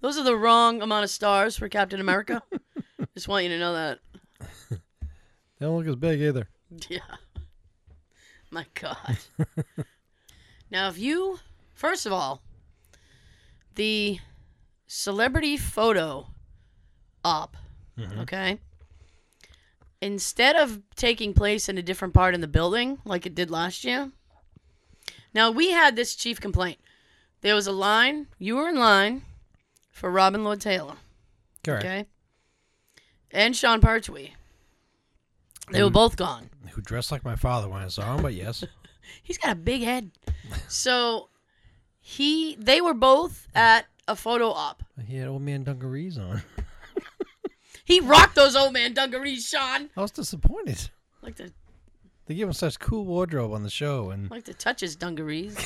S2: Those are the wrong amount of stars for Captain America. Just want you to know that.
S4: They don't look as big either.
S2: [laughs] Yeah. My God. [laughs] now, if you, first of all, the celebrity photo op, okay? Instead of taking place in a different part in the building like it did last year, now we had this chief complaint. There was a line, you were in line for Robin Lord Taylor.
S3: Correct.
S2: Okay. And Sean Partwee. They were both gone.
S3: Who dressed like my father when I saw him?
S4: [laughs]
S3: But yes,
S2: He's got a big head. So he they were both at a photo op.
S3: he had old man dungarees on.
S2: He rocked those old man dungarees, Sean.
S3: I was disappointed.
S2: Like to
S3: They give him such cool wardrobe on the show, and
S2: like to touch his dungarees.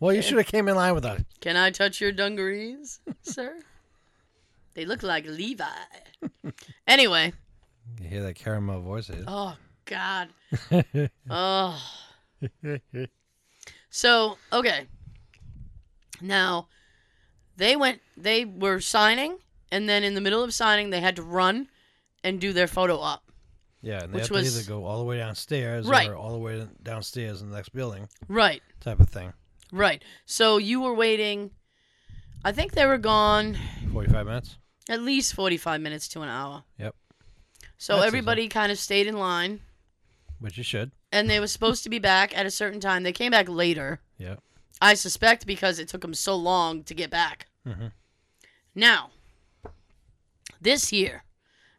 S3: well, you should have came in line with us.
S2: Can I touch your dungarees, sir? They look like Levi. Anyway,
S3: You hear that caramel voice? [laughs] It is.
S2: oh god. Oh. So, okay. Now, they went, they were signing, and then in the middle of signing, they had to run and do their photo op.
S3: Yeah, and they
S2: Which
S3: have to
S2: was-
S3: either go all the way downstairs
S2: Right.
S3: or all the way downstairs in the next building,
S2: Right,
S3: type of thing.
S2: right. So you were waiting, I think they were gone
S3: Forty-five minutes.
S2: at least 45 minutes to an hour.
S3: Yep,
S2: So
S3: That's
S2: everybody kind of stayed in line,
S3: which you should.
S2: and they were supposed to be back at a certain time. They came back later,
S3: Yep.
S2: I suspect because it took them so long to get back.
S3: Mhm.
S2: Now, this year,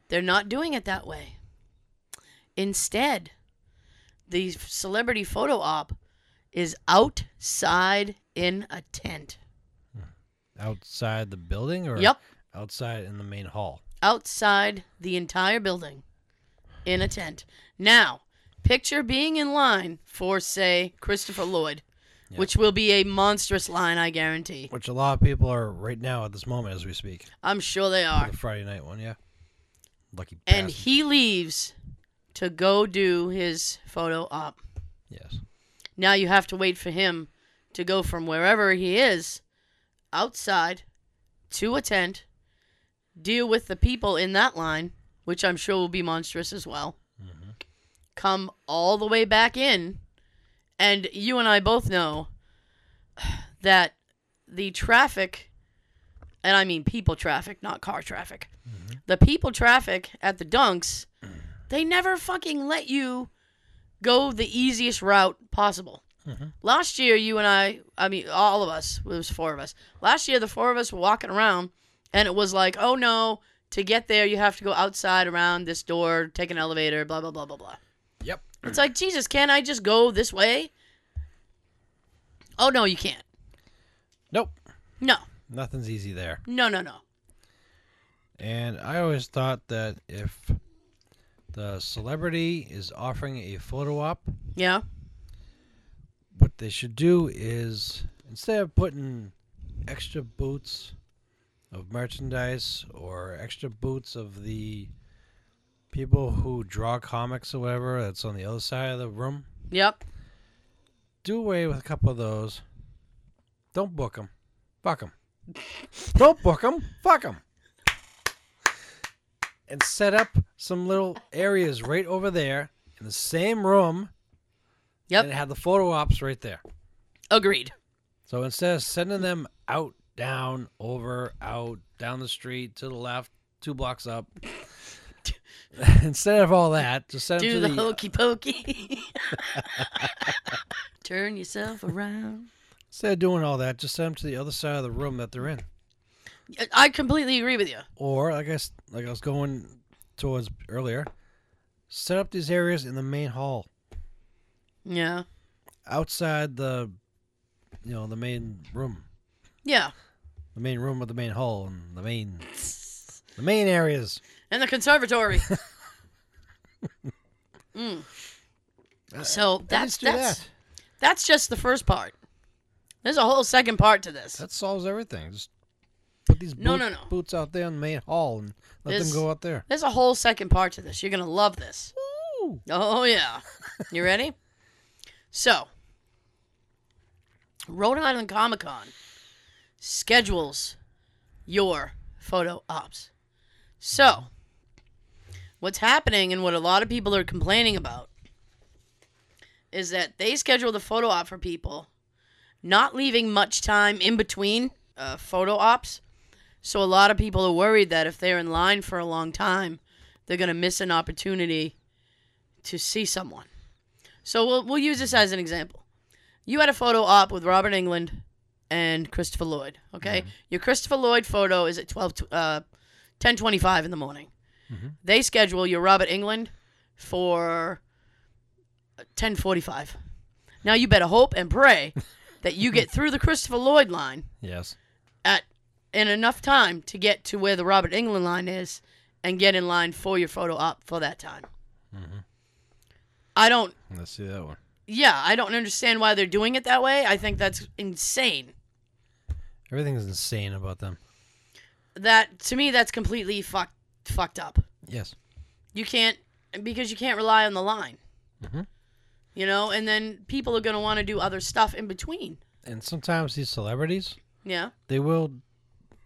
S2: they're not doing it that way. Instead, the celebrity photo op is outside in a tent.
S3: Outside the building, or
S2: Yep,
S3: outside in the main hall.
S2: outside the entire building in a tent. Now, picture being in line for, say, Christopher Lloyd, which will be a monstrous line, I guarantee.
S3: Which a lot of people are right now at this moment as we speak.
S2: I'm sure they are.
S3: The Friday night one, yeah. Lucky
S2: and
S3: bastard.
S2: he leaves to go do his photo op.
S3: yes.
S2: Now you have to wait for him to go from wherever he is outside to a tent, deal with the people in that line, which I'm sure will be monstrous as well. Come all the way back in, and you and I both know that the traffic, and I mean people traffic, not car traffic, the people traffic at the dunks, they never fucking let you go the easiest route possible. Last year, you and I, I mean, all of us, it was four of us. Last year, the four of us were walking around, and it was like, oh no, to get there, you have to go outside around this door, take an elevator, blah, blah, blah, blah, blah.
S3: Yep.
S2: It's like, Jesus, can I just go this way? Oh no, you can't.
S3: Nope.
S2: No,
S3: Nothing's easy there.
S2: no, no, no.
S3: And I always thought that if the celebrity is offering a photo op,
S2: Yeah,
S3: what they should do is instead of putting extra boots of merchandise or extra boots of the people who draw comics or whatever that's on the other side of the room,
S2: yep,
S3: do away with a couple of those. Don't book them. Fuck them. Don't book them. Fuck them. And set up some little areas right over there in the same room and
S2: yep.
S3: have the photo ops right there.
S2: Agreed.
S3: So instead of sending them out, down, over, out, down the street, to the left, two blocks up, [laughs] instead of all that, just send
S2: Do
S3: them to
S2: the
S3: the, uh,
S2: hokey pokey. Turn yourself around.
S3: instead of doing all that, just send them to the other side of the room that they're in.
S2: I completely agree with you.
S3: Or I guess like I was going towards earlier, set up these areas in the main hall
S2: Yeah.
S3: outside the, you know, the main room,
S2: Yeah.
S3: the main room with the main hall and the main, the main areas.
S2: And the
S3: [laughs]
S2: conservatory. Mm. So
S3: At
S2: that's
S3: least do
S2: that's
S3: that.
S2: that's just the first part. There's a whole second part to this.
S3: That solves everything. Just put these
S2: No,
S3: boot-
S2: no, no.
S3: boots out there in the main hall and let
S2: This-
S3: them go out there.
S2: There's a whole second part to this. You're gonna love this. Oh yeah. You ready? so Rhode Island Comic Con schedules your photo ops. So what's happening and what a lot of people are complaining about is that they schedule the photo op for people, not leaving much time in between uh, photo ops. So a lot of people are worried that if they're in line for a long time, they're gonna miss an opportunity to see someone. So we'll we'll use this as an example. You had a photo op with Robert England and Christopher Lloyd. Okay, your Christopher Lloyd photo is at twelve tw- uh, ten twenty five in the morning. They schedule your Robert England for ten forty five. Now you better hope and pray that you get through the Christopher Lloyd line
S3: Yes.
S2: at in enough time to get to where the Robert England line is and get in line for your photo op for that time. I don't.
S3: Let's see that one.
S2: Yeah, I don't understand why they're doing it that way. I think that's insane.
S3: Everything's insane about them.
S2: That to me, that's completely fucked fucked up.
S3: Yes.
S2: You can't because you can't rely on the line.
S3: Mhm.
S2: You know, and then people are gonna want to do other stuff in between.
S3: And sometimes these celebrities,
S2: Yeah.
S3: they will,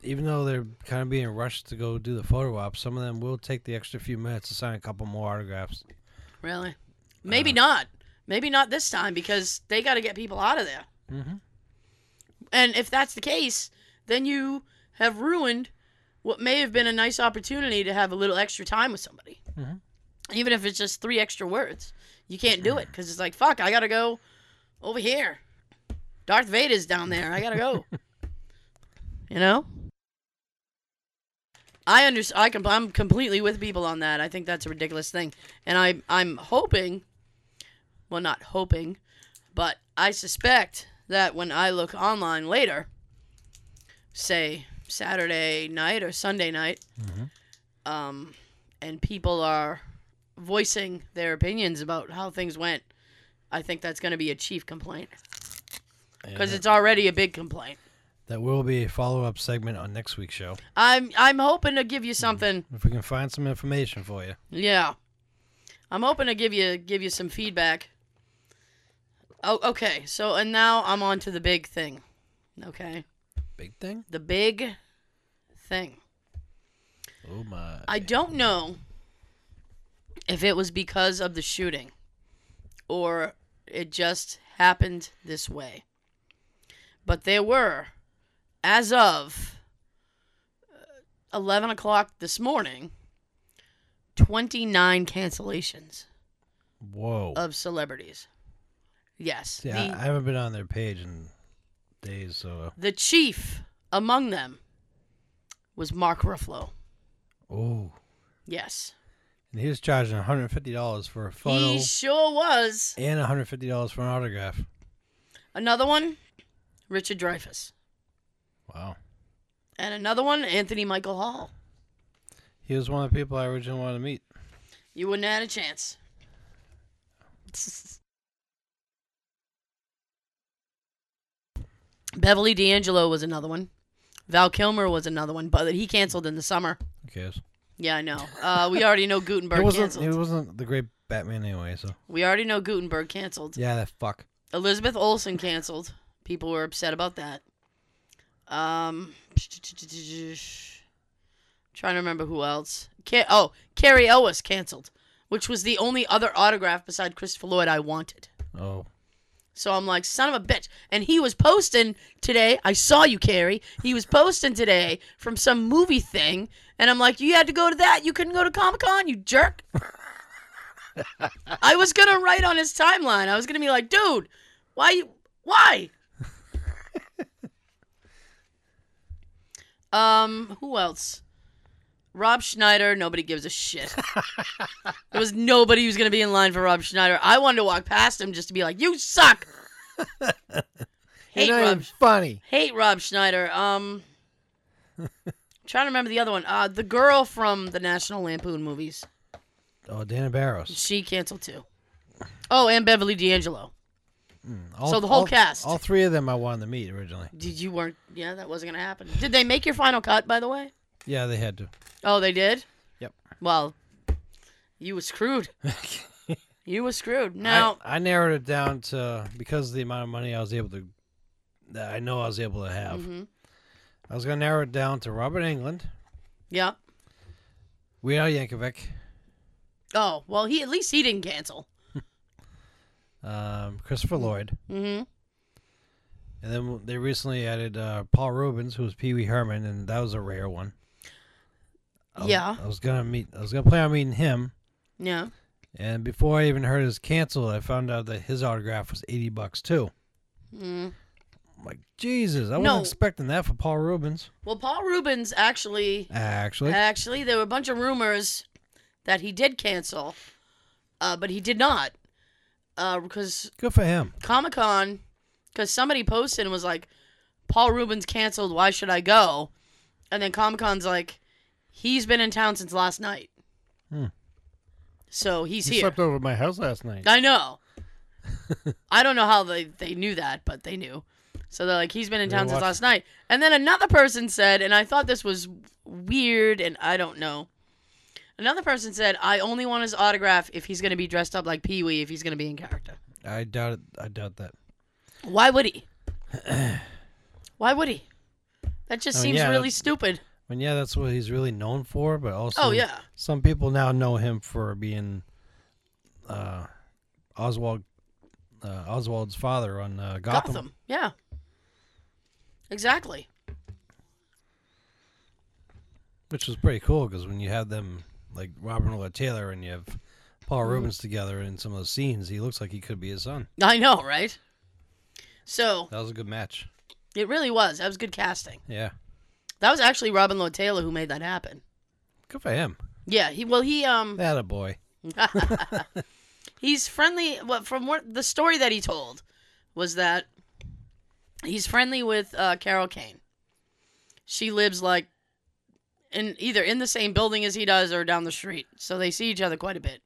S3: even though they're kind of being rushed to go do the photo op, some of them will take the extra few minutes to sign a couple more autographs.
S2: Really? Maybe not. Maybe not this time because they got to get people out of there.
S3: Mhm.
S2: And if that's the case, then you have ruined what may have been a nice opportunity to have a little extra time with somebody.
S3: Mhm.
S2: Even if it's just three extra words, you can't do it because it's like, fuck, I got to go over here. Darth Vader's down there. I got to go. you know? I under I com- I'm completely with people on that. I think that's a ridiculous thing, and I I'm hoping, well not hoping, but I suspect that when I look online later, say Saturday night or Sunday night, um, and people are voicing their opinions about how things went, I think that's going to be a chief complaint because it's already a big complaint.
S3: That will be a follow up segment on next week's show.
S2: I'm I'm hoping to give you something.
S3: If we can find some information for you.
S2: Yeah, I'm hoping to give you give you some feedback. Oh, okay. So and now I'm on to the big thing. Okay,
S3: Big thing?
S2: the big thing.
S3: Oh, my.
S2: I don't know if it was because of the shooting or it just happened this way. But there were, as of uh, 11 o'clock this morning, 29 cancellations.
S3: Whoa.
S2: of celebrities. Yes.
S3: See,
S2: Uh, the,
S3: I, I haven't been on their page in days, so.
S2: the chief among them was Mark Ruffalo.
S3: Oh.
S2: Yes.
S3: And he was charging $150 for a photo
S2: He sure was.
S3: and $150 for an autograph.
S2: Another one, Richard Dreyfuss.
S3: Wow.
S2: And another one, Anthony Michael Hall.
S3: He was one of the people I originally wanted to meet.
S2: You wouldn't have had a chance. [laughs] Beverly D'Angelo was another one. Val Kilmer was another one, but he canceled in the summer.
S3: Who cares?
S2: Yeah, I know. Uh, we already know
S3: He
S2: Gutenberg
S3: wasn't,
S2: canceled.
S3: he wasn't the great Batman anyway, so.
S2: We already know Gutenberg canceled.
S3: Yeah, that fuck.
S2: Elizabeth Olsen canceled. People were upset about that. Um, trying to remember who else. Ca- oh, Carrie Ellis canceled, which was the only other autograph beside Christopher Lloyd I wanted.
S3: Oh.
S2: So I'm like, son of a bitch. And he was posting today. I saw you, Carrie. He was posting today from some movie thing. And I'm like, you had to go to that. You couldn't go to Comic Con, you jerk. I was going to write on his timeline. I was going to be like, dude, why? You, why? Um, who else? Rob Schneider. Nobody gives a shit. there was nobody who's gonna be in line for Rob Schneider. I wanted to walk past him just to be like, "You suck." hate
S3: You're not
S2: Rob.
S3: even funny.
S2: Hate Rob Schneider. Um, trying to remember the other one. Uh, the girl from the National Lampoon movies.
S3: Oh, Dana Barros.
S2: She canceled too. Oh, and Beverly D'Angelo.
S3: All,
S2: So the whole
S3: all-
S2: cast.
S3: All three of them I wanted to meet originally.
S2: Did you weren't? Yeah, that wasn't gonna happen. Did they make your final cut, by the way?
S3: Yeah, they had to.
S2: Oh, they did.
S3: Yep.
S2: Well, you were
S3: [laughs]
S2: screwed. you were screwed. Now,
S3: I, I narrowed it down to because of the amount of money I was able to, that I know I was able to have.
S2: Mhm.
S3: I was going to narrow it down to Robert England,
S2: yeah.
S3: Weird Al Yankovic,
S2: Oh, well, he at least he didn't cancel.
S3: um, Christopher Lloyd,
S2: Mm-hmm.
S3: and then they recently added uh, Paul Rubens, who was Pee Wee Herman, and that was a rare one. I was-
S2: Yeah.
S3: I was gonna meet. I was gonna plan on meeting him,
S2: Yeah.
S3: and before I even heard his canceled, I found out that his autograph was eighty bucks too.
S2: Mm.
S3: I'm like Jesus, I
S2: No.
S3: wasn't expecting that for Paul Rubens.
S2: Well, Paul Rubens actually,
S3: Actually,
S2: actually, there were a bunch of rumors that he did cancel, uh, but he did not, uh, because
S3: good for him.
S2: Comic Con, because somebody posted and was like, Paul Rubens canceled. Why should I go? And then Comic Con's like, he's been in town since last night.
S3: Hmm.
S2: So he's
S4: He
S2: here.
S4: slept over at my house last night.
S2: I know. [laughs] I don't know how they, they knew that, but they knew. So they're like, he's been in
S3: They
S2: town since
S3: watched-
S2: last night. And then another person said, and I thought this was weird, and I don't know. Another person said, I only want his autograph if he's going to be dressed up like Pee Wee, if he's going to be in character.
S3: I doubt it. I doubt that.
S2: Why would
S3: [clears throat]
S2: he? Why would he? That just
S3: I mean,
S2: seems
S3: Oh, yeah,
S2: really
S3: that's-
S2: stupid.
S3: I mean, yeah, that's what he's really known for, but also,
S2: Oh, yeah.
S3: some people now know him for being uh, Oswald uh, Oswald's father on uh, Gotham.
S2: Gotham. Yeah. Exactly.
S3: which was pretty cool because when you have them like Robert Earl Taylor and you have Paul Rubens together in some of those scenes, he looks like he could be his son.
S2: I know, right? So
S3: That was a good match.
S2: it really was. That was good casting.
S3: Yeah,
S2: That was actually Robin Lloyd Taylor who made that happen.
S3: good for him.
S2: Yeah, he well he um
S3: That a boy.
S2: he's friendly. What from what the story that he told was that he's friendly with uh, Carol Kane. She lives like in either in the same building as he does or down the street, so they see each other quite a bit.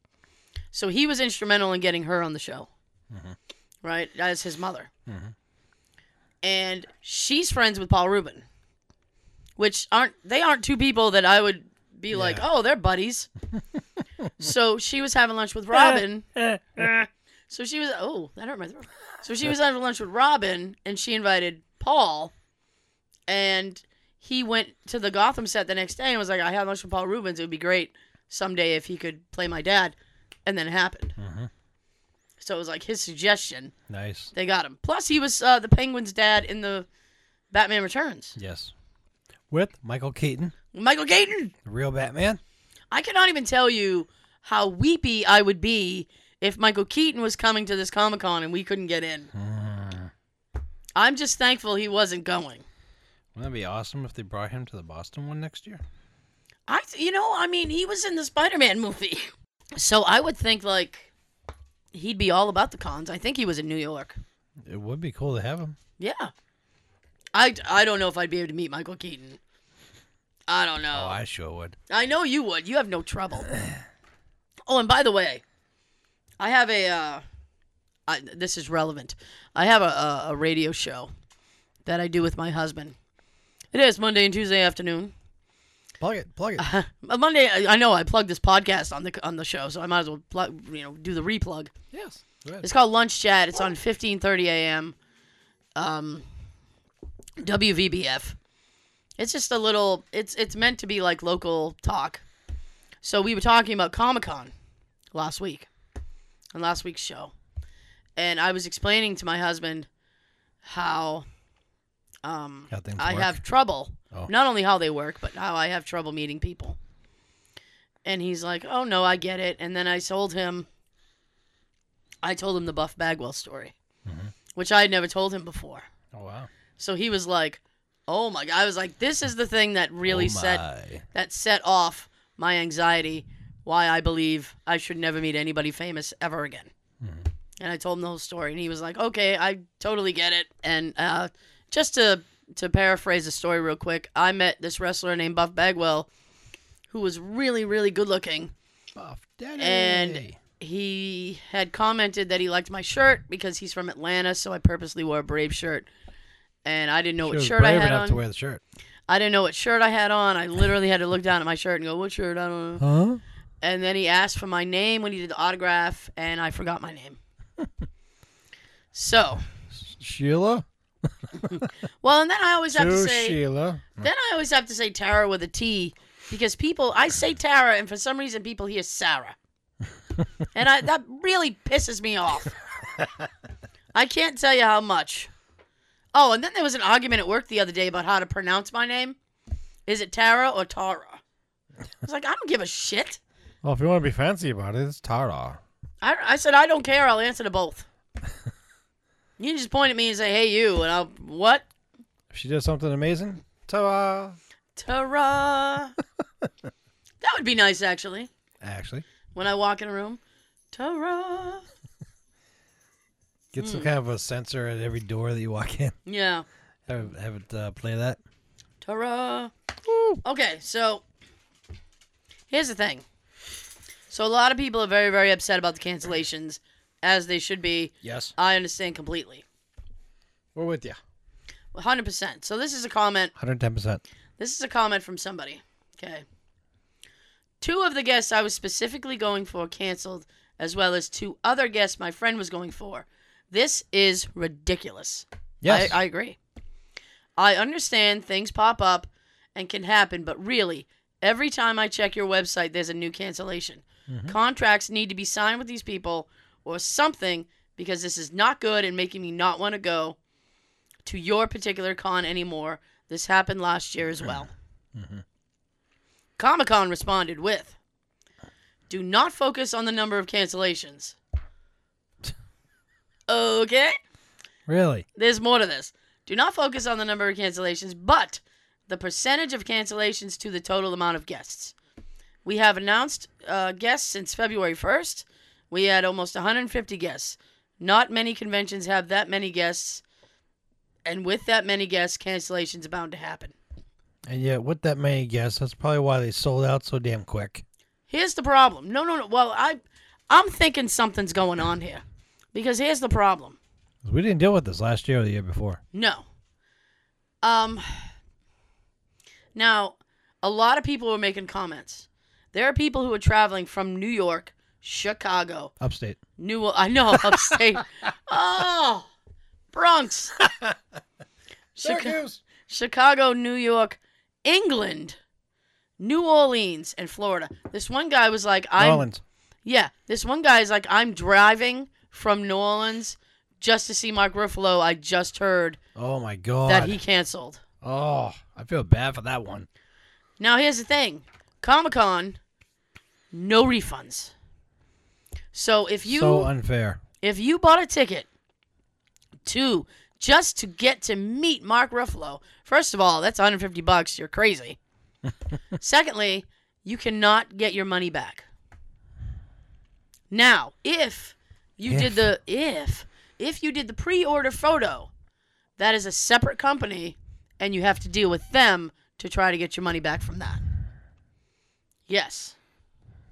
S2: So he was instrumental in getting her on the show, right? As his mother, and she's friends with Paul Rubin, which aren't they aren't two people that I would be like,
S3: Yeah.
S2: oh, they're buddies. so she was having lunch with Robin. So she was oh that hurt my throat. So she was having lunch with Robin, and she invited Paul, and he went to the Gotham set the next day and was like, "I had lunch with Paul Rubens. It would be great someday if he could play my dad," and then it happened.
S3: Mhm.
S2: So it was like his suggestion.
S3: Nice.
S2: They got him. Plus, he was uh, the Penguin's dad in the Batman Returns.
S3: Yes, with Michael Keaton,
S2: Michael Keaton.
S3: the real Batman.
S2: I cannot even tell you how weepy I would be if Michael Keaton was coming to this Comic Con and we couldn't get in.
S3: Hmm. Mm.
S2: I'm just thankful he wasn't going.
S3: Wouldn't that be awesome if they brought him to the Boston one next year?
S2: I, you know, I mean, he was in the Spider-Man movie, [laughs] so I would think like he'd be all about the cons. I think he was in New York.
S3: It would be cool to have him.
S2: Yeah. I, I don't know if I'd be able to meet Michael Keaton. I don't know.
S3: Oh, I sure would.
S2: I know you would. You have no trouble. [clears throat] Oh, and by the way, I have a. Uh, I, this is relevant. I have a, a, a radio show that I do with my husband. It is Monday and Tuesday afternoon.
S3: Plug it. Plug it.
S2: [laughs] Uh, Monday, I, I know I plugged this podcast on the on the show, so I might as well plug, you know, do the replug.
S3: yes. Go ahead.
S2: It's called Lunch Chat. It's on 15:30 a.m. Um, WVBF. It's just a little. It's it's meant to be like local talk. So we were talking about Comic Con last week, on last week's show, and I was explaining to my husband how um
S3: How things
S2: I
S3: work.
S2: have trouble
S3: Oh.
S2: not only how they work, but how I have trouble meeting people. And he's like, "Oh no, I get it." And then I told him, I told him the Buff
S3: Mm-hmm.
S2: Bagwell story, which I had never told him before.
S3: Oh wow.
S2: So he was like, Oh my god! I was like, this is the thing that really
S3: Oh
S2: set
S3: my.
S2: that set off my anxiety. Why I believe I should never meet anybody famous ever again.
S3: Mm-hmm.
S2: And I told him the whole story, and he was like, "Okay, I totally get it." And uh, just to to paraphrase the story real quick, I met this wrestler named Buff Bagwell, who was really, really good looking,
S3: Buff Daddy.
S2: and he had commented that he liked my shirt because he's from Atlanta, so I purposely wore a Brave shirt. And I didn't know
S3: she
S2: what
S3: was
S2: shirt I
S3: brave
S2: had
S3: enough
S2: on.
S3: to wear the shirt.
S2: I didn't know what shirt I had on. I literally had to look down at my shirt and go, "What shirt?" I don't know.
S4: Huh?
S2: And then he asked for my name when he did the autograph, and I forgot my name. so,
S4: Sheila?
S2: well, and then I always have to
S4: To
S2: say,
S4: Sheila.
S2: then I always have to say Tara with a T because people, I say Tara, and for some reason, people hear Sarah, and I that really pisses me off. I can't tell you how much. Oh, and then there was an argument at work the other day about how to pronounce my name. Is it Tara or Tara? I was like, I don't give a shit.
S4: Well, if you want to be fancy about it, it's Tara.
S2: I, I said, I don't care. I'll answer to both. you just point at me and say, hey, you. And I'll, what?
S4: If she does something amazing, Tara.
S2: Tara. that would be nice, actually,
S3: Actually,
S2: when I walk in a room. Tara.
S3: get
S2: Hmm.
S3: some kind of a sensor at every door that you walk in.
S2: Yeah.
S3: Have, have it uh, play that.
S2: Tara. Okay, so here's the thing. So a lot of people are very, very upset about the cancellations, as they should be.
S3: Yes.
S2: I understand completely.
S3: We're with you.
S2: 100%. So this is a comment
S3: 110%.
S2: This is a comment from somebody. Okay. Two of the guests I was specifically going for canceled, as well as two other guests my friend was going for. This is ridiculous.
S3: Yes.
S2: I, I agree. I understand things pop up and can happen, but really, every time I check your website, there's a new cancellation. Contracts need to be signed with these people or something because this is not good and making me not want to go to your particular con anymore. This happened last year as well. Comic Con responded with Do not focus on the number of cancellations. okay.
S3: really?
S2: There's more to this. Do not focus on the number of cancellations, but the percentage of cancellations to the total amount of guests. We have announced uh, guests since February 1st. We had almost 150 guests. Not many conventions have that many guests, and with that many guests, cancellations are bound to happen.
S3: And yet, with that many guests, that's probably why they sold out so damn quick.
S2: Here's the problem. No, no, no. Well, I, I'm thinking something's going on here, because here's the problem.
S3: 'Cause We didn't deal with this last year or the year before.
S2: No. Um. Now, a lot of people were making comments. There are people who are traveling from New York, Chicago,
S3: Upstate.
S2: New. I know
S3: [laughs]
S2: upstate. oh,
S3: [laughs]
S2: Bronx. Chica- Chicago, New York, England, New Orleans, and Florida. This one guy was like,
S3: New
S2: "I'm
S3: Orleans.
S2: yeah." This one guy is like, "I'm driving from New Orleans just to see Mark Ruffalo. I just heard
S3: Oh, my God.
S2: that he canceled."
S3: oh, I feel bad for that one.
S2: Now here's the thing, Comic Con, no refunds. So if you
S3: so unfair.
S2: if you bought a ticket to just to get to meet Mark Ruffalo, first of all, that's 150 bucks. You're crazy. Secondly, you cannot get your money back. Now, if you did
S3: If.
S2: the if if you did the pre-order photo, that is a separate company and you have to deal with them to try to get your money back from that. Yes.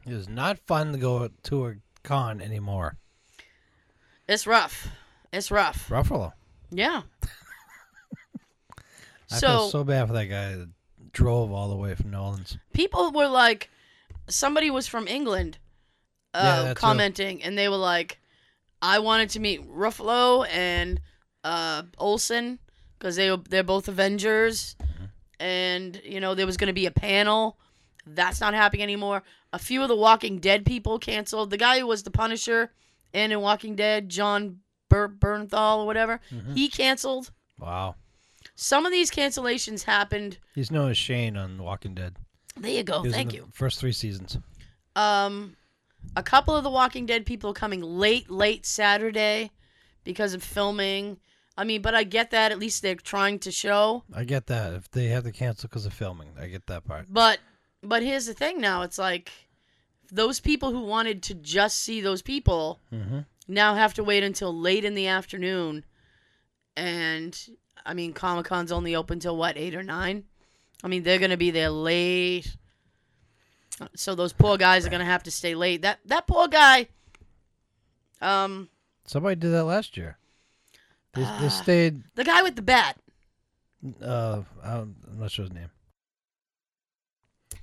S3: It is not fun to go to a con anymore.
S2: It's rough. It's rough.
S3: Ruffalo.
S2: Yeah.
S3: [laughs] I
S2: so
S3: feel so bad for that guy that drove all the way from New Orleans.
S2: people were like, somebody was from England uh,
S3: Yeah, that too.
S2: commenting, and they were like, I wanted to meet Ruffalo and uh, Olsen because they were, they're both Avengers, and you know there was going to be a panel. That's not happening anymore. A few of the Walking Dead people canceled. The guy who was the Punisher and in Walking Dead, John Ber- Bernthal or whatever,
S3: Mm-hmm.
S2: he canceled.
S3: Wow.
S2: Some of these cancellations happened.
S3: He's known as Shane on Walking Dead.
S2: There you go.
S3: He was in
S2: Oh, Thank
S3: the
S2: you.
S3: First three seasons.
S2: um a couple of the walking dead people coming late late saturday because of filming I mean, but I get that. At least they're trying to show.
S3: I get that. If they have to cancel because of filming, I get that part.
S2: But but here's the thing. Now it's like those people who wanted to just see those people
S3: Mhm.
S2: now have to wait until late in the afternoon. And I mean, Comic Con's only open till what eight or nine. I mean, they're gonna be there late. So those poor guys are gonna have to stay late. That that poor guy. Um,
S3: Somebody did that last year. They, they
S2: Ah.
S3: stayed.
S2: the guy with the bat.
S3: Uh, I'm I'm not sure his name.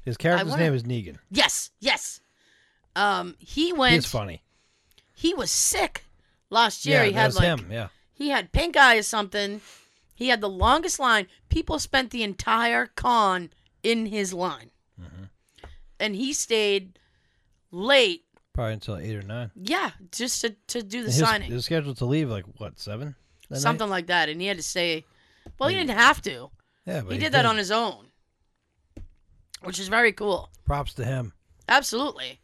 S3: His character's
S2: wanna-
S3: name is Negan.
S2: Yes, yes. Um, he
S3: He's
S2: went.
S3: funny.
S2: He was sick last year.
S3: yeah,
S2: he
S3: that
S2: had
S3: was
S2: like
S3: him. Yeah,
S2: he had pink eye or something. He had the longest line. People spent the entire con in his line,
S3: Mm-hmm.
S2: and he stayed late.
S3: probably until eight or nine.
S2: Yeah, just to, to do the
S3: His-
S2: signing,
S3: He was scheduled to leave like what seven? that night?
S2: something like that, and he had to stay. Well, he didn't have to.
S3: Yeah, but
S2: He did that on his own, which is very cool.
S3: Props to him.
S2: Absolutely.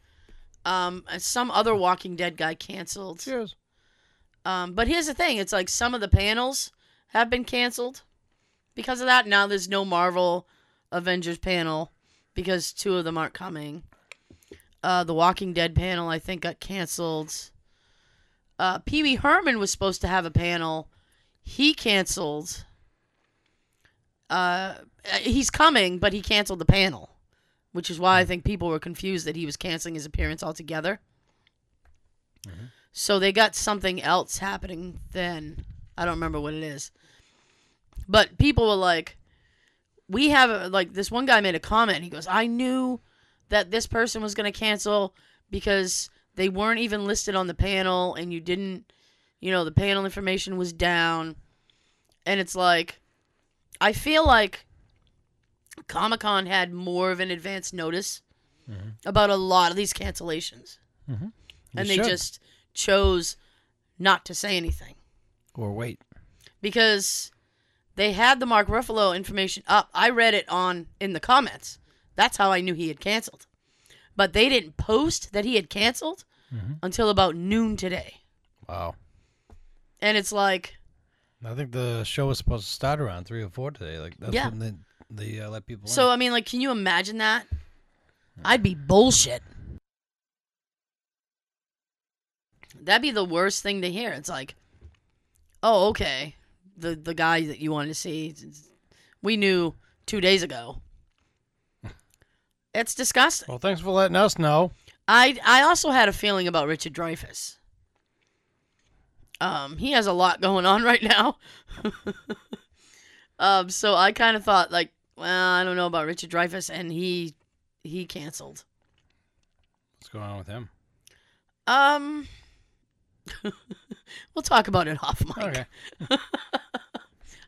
S2: Um, and some other Walking Dead guy canceled.
S3: Cheers.
S2: Um, but here's the thing: it's like some of the panels have been canceled because of that. Now there's no Marvel Avengers panel because two of them aren't coming. Uh, the Walking Dead panel I think got canceled. Uh, Pee Wee Herman was supposed to have a panel, he canceled. Uh, he's coming, but he canceled the panel, which is why I think people were confused that he was canceling his appearance altogether. So they got something else happening then. I don't remember what it is. But people were like, we have, a, like, this one guy made a comment. He goes, I knew that this person was going to cancel because they weren't even listed on the panel and you didn't, you know, the panel information was down. And it's like, I feel like Comic Con had more of an advance notice about a lot of these cancellations and they
S3: should.
S2: just chose not to say anything
S3: Or wait.
S2: because they had the Mark Ruffalo information up. I read it on in the comments. That's how I knew he had canceled. But they didn't post that he had canceled until about noon today.
S3: Wow.
S2: And it's like,
S3: I think the show was supposed to start around three or four today. Like that's
S2: Yeah.
S3: when they they uh, let people. in.
S2: so I mean, like, can you imagine that? I'd be bullshit. That'd be the worst thing to hear. It's like, oh, okay, the the guy that you wanted to see, we knew two days
S3: [laughs]
S2: ago. It's disgusting.
S4: Well, thanks for letting us know.
S2: I I also had a feeling about Richard Dreyfuss. Um, he has a lot going on [laughs] right now. um, so I kind of thought like, well, I don't know about Richard Dreyfuss, and he he canceled.
S4: What's going on with him?
S2: Um, [laughs] we'll talk about it off mic.
S4: Okay.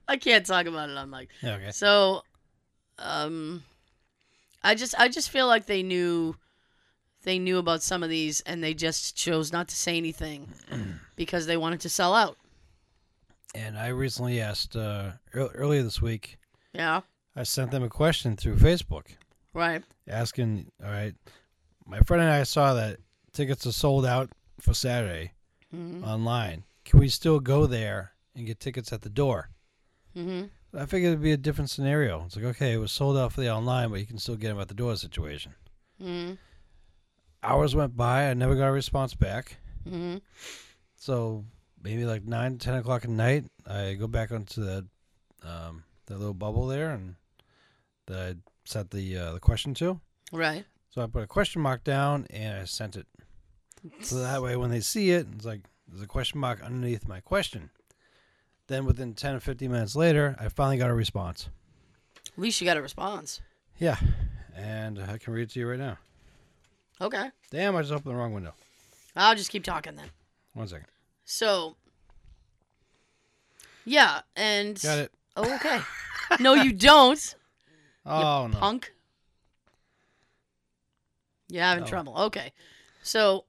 S2: I can't talk about it on mic.
S3: Yeah, okay.
S2: So, um, I just I just feel like they knew they knew about some of these, and they just chose not to say
S3: [clears throat]
S2: anything because they wanted to sell out.
S3: And I recently asked uh, ear- earlier this week.
S2: Yeah,
S3: I sent them a question through Facebook
S2: right.
S3: asking, "All right, my friend and I saw that tickets are sold out for Saturday
S2: Mhm.
S3: online. Can we still go there and get tickets at the door?"
S2: Mm-hmm.
S3: I figured it'd be a different scenario. It's like, okay, it was sold out for the online, but you can still get them at the door situation.
S2: Mm-hmm.
S3: Hours went by. I never got a response back.
S2: Mm-hmm.
S3: So maybe like nine, ten o'clock at night, I go back onto that um, that little bubble there, and that I set the uh, the question to.
S2: Right.
S3: So I put a question mark down and I sent it. So that way, when they see it, it's like there's a question mark underneath my question. Then within ten or fifteen minutes later, I finally got a response.
S2: At least you got a response.
S3: Yeah, and I can read it to you right now.
S2: Okay.
S3: Damn, I just opened the wrong window.
S2: I'll just keep talking then.
S3: One second.
S2: So, yeah, and oh,
S3: Got it. [laughs]
S2: okay. no, you don't.
S3: Oh no.
S2: punk. You're having trouble. Okay. So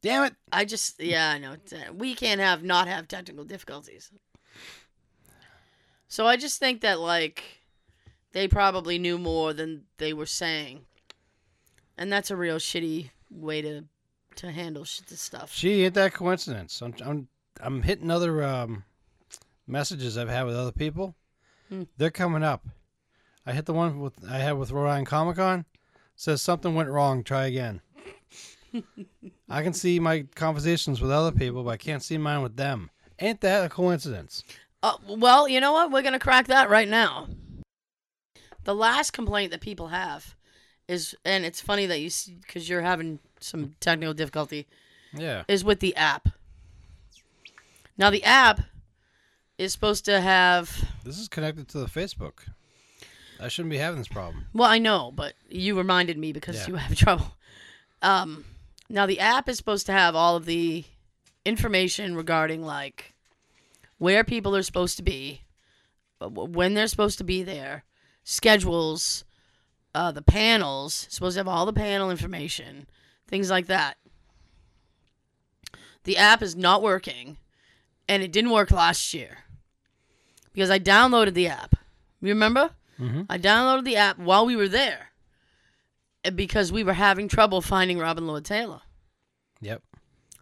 S3: Damn it.
S2: I just yeah, I know. It's, uh, We can't have not have technical difficulties. So I just think that like they probably knew more than they were saying. And that's a real shitty way to to handle shit, this stuff.
S3: Gee, ain't that coincidence? I'm, I'm, I'm hitting other um, messages I've had with other people,
S2: Hmm.
S3: they're coming up. I hit the one with I had with Rhode Island Comic Con. Says something went wrong.
S2: [laughs]
S3: Try again. I can see my conversations with other people, but I can't see mine with them. Ain't that a coincidence?
S2: Uh, well, you know what? We're gonna crack that right now. The last complaint that people have is, and it's funny that you because you're having some technical difficulty,
S3: Yeah.
S2: is with the app. Now the app is supposed to have.
S3: This is connected to the Facebook. I shouldn't be having this problem.
S2: Well, I know, but you reminded me because
S3: Yeah.
S2: you have [laughs] trouble. Um, now the app is supposed to have all of the information regarding like where people are supposed to be, uh, wh- when they're supposed to be there, schedules, uh, the panels. It's Supposed to have all the panel information, things like that. The app is not working, and it didn't work last year because I downloaded the app. You remember? I downloaded the app while we were there uh, because we were having trouble finding Robin Lord Taylor.
S3: Yep.